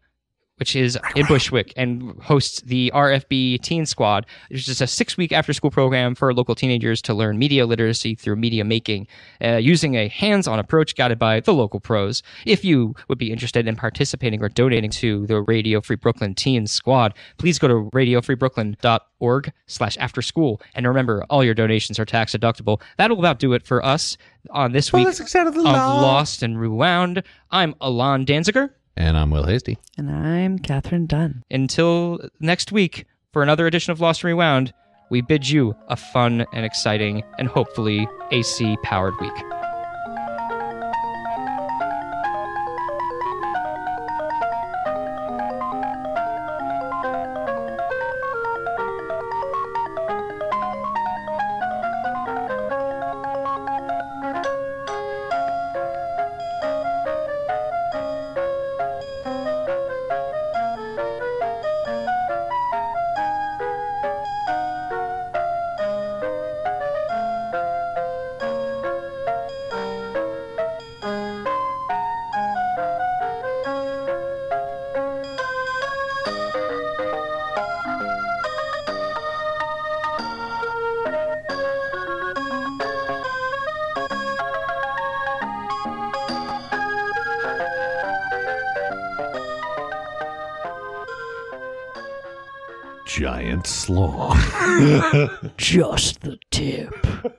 [SPEAKER 3] which is in Bushwick and hosts the RFB Teen Squad, which is a six week after school program for local teenagers to learn media literacy through media making uh, using a hands on approach guided by the local pros. If you would be interested in participating or donating to the Radio Free Brooklyn Teen Squad, please go to radiofreebrooklyn.org slash after school. And remember, all your donations are tax deductible. That'll about do it for us on this week of Lost and Rewound. I'm Alon Danziger
[SPEAKER 4] And I'm Will Hasty.
[SPEAKER 1] And I'm Catherine Dunn.
[SPEAKER 3] until next week for another edition of Lost and Rewound, we bid you a fun and exciting and hopefully AC powered week.
[SPEAKER 8] giant slaw.
[SPEAKER 1] Just the tip.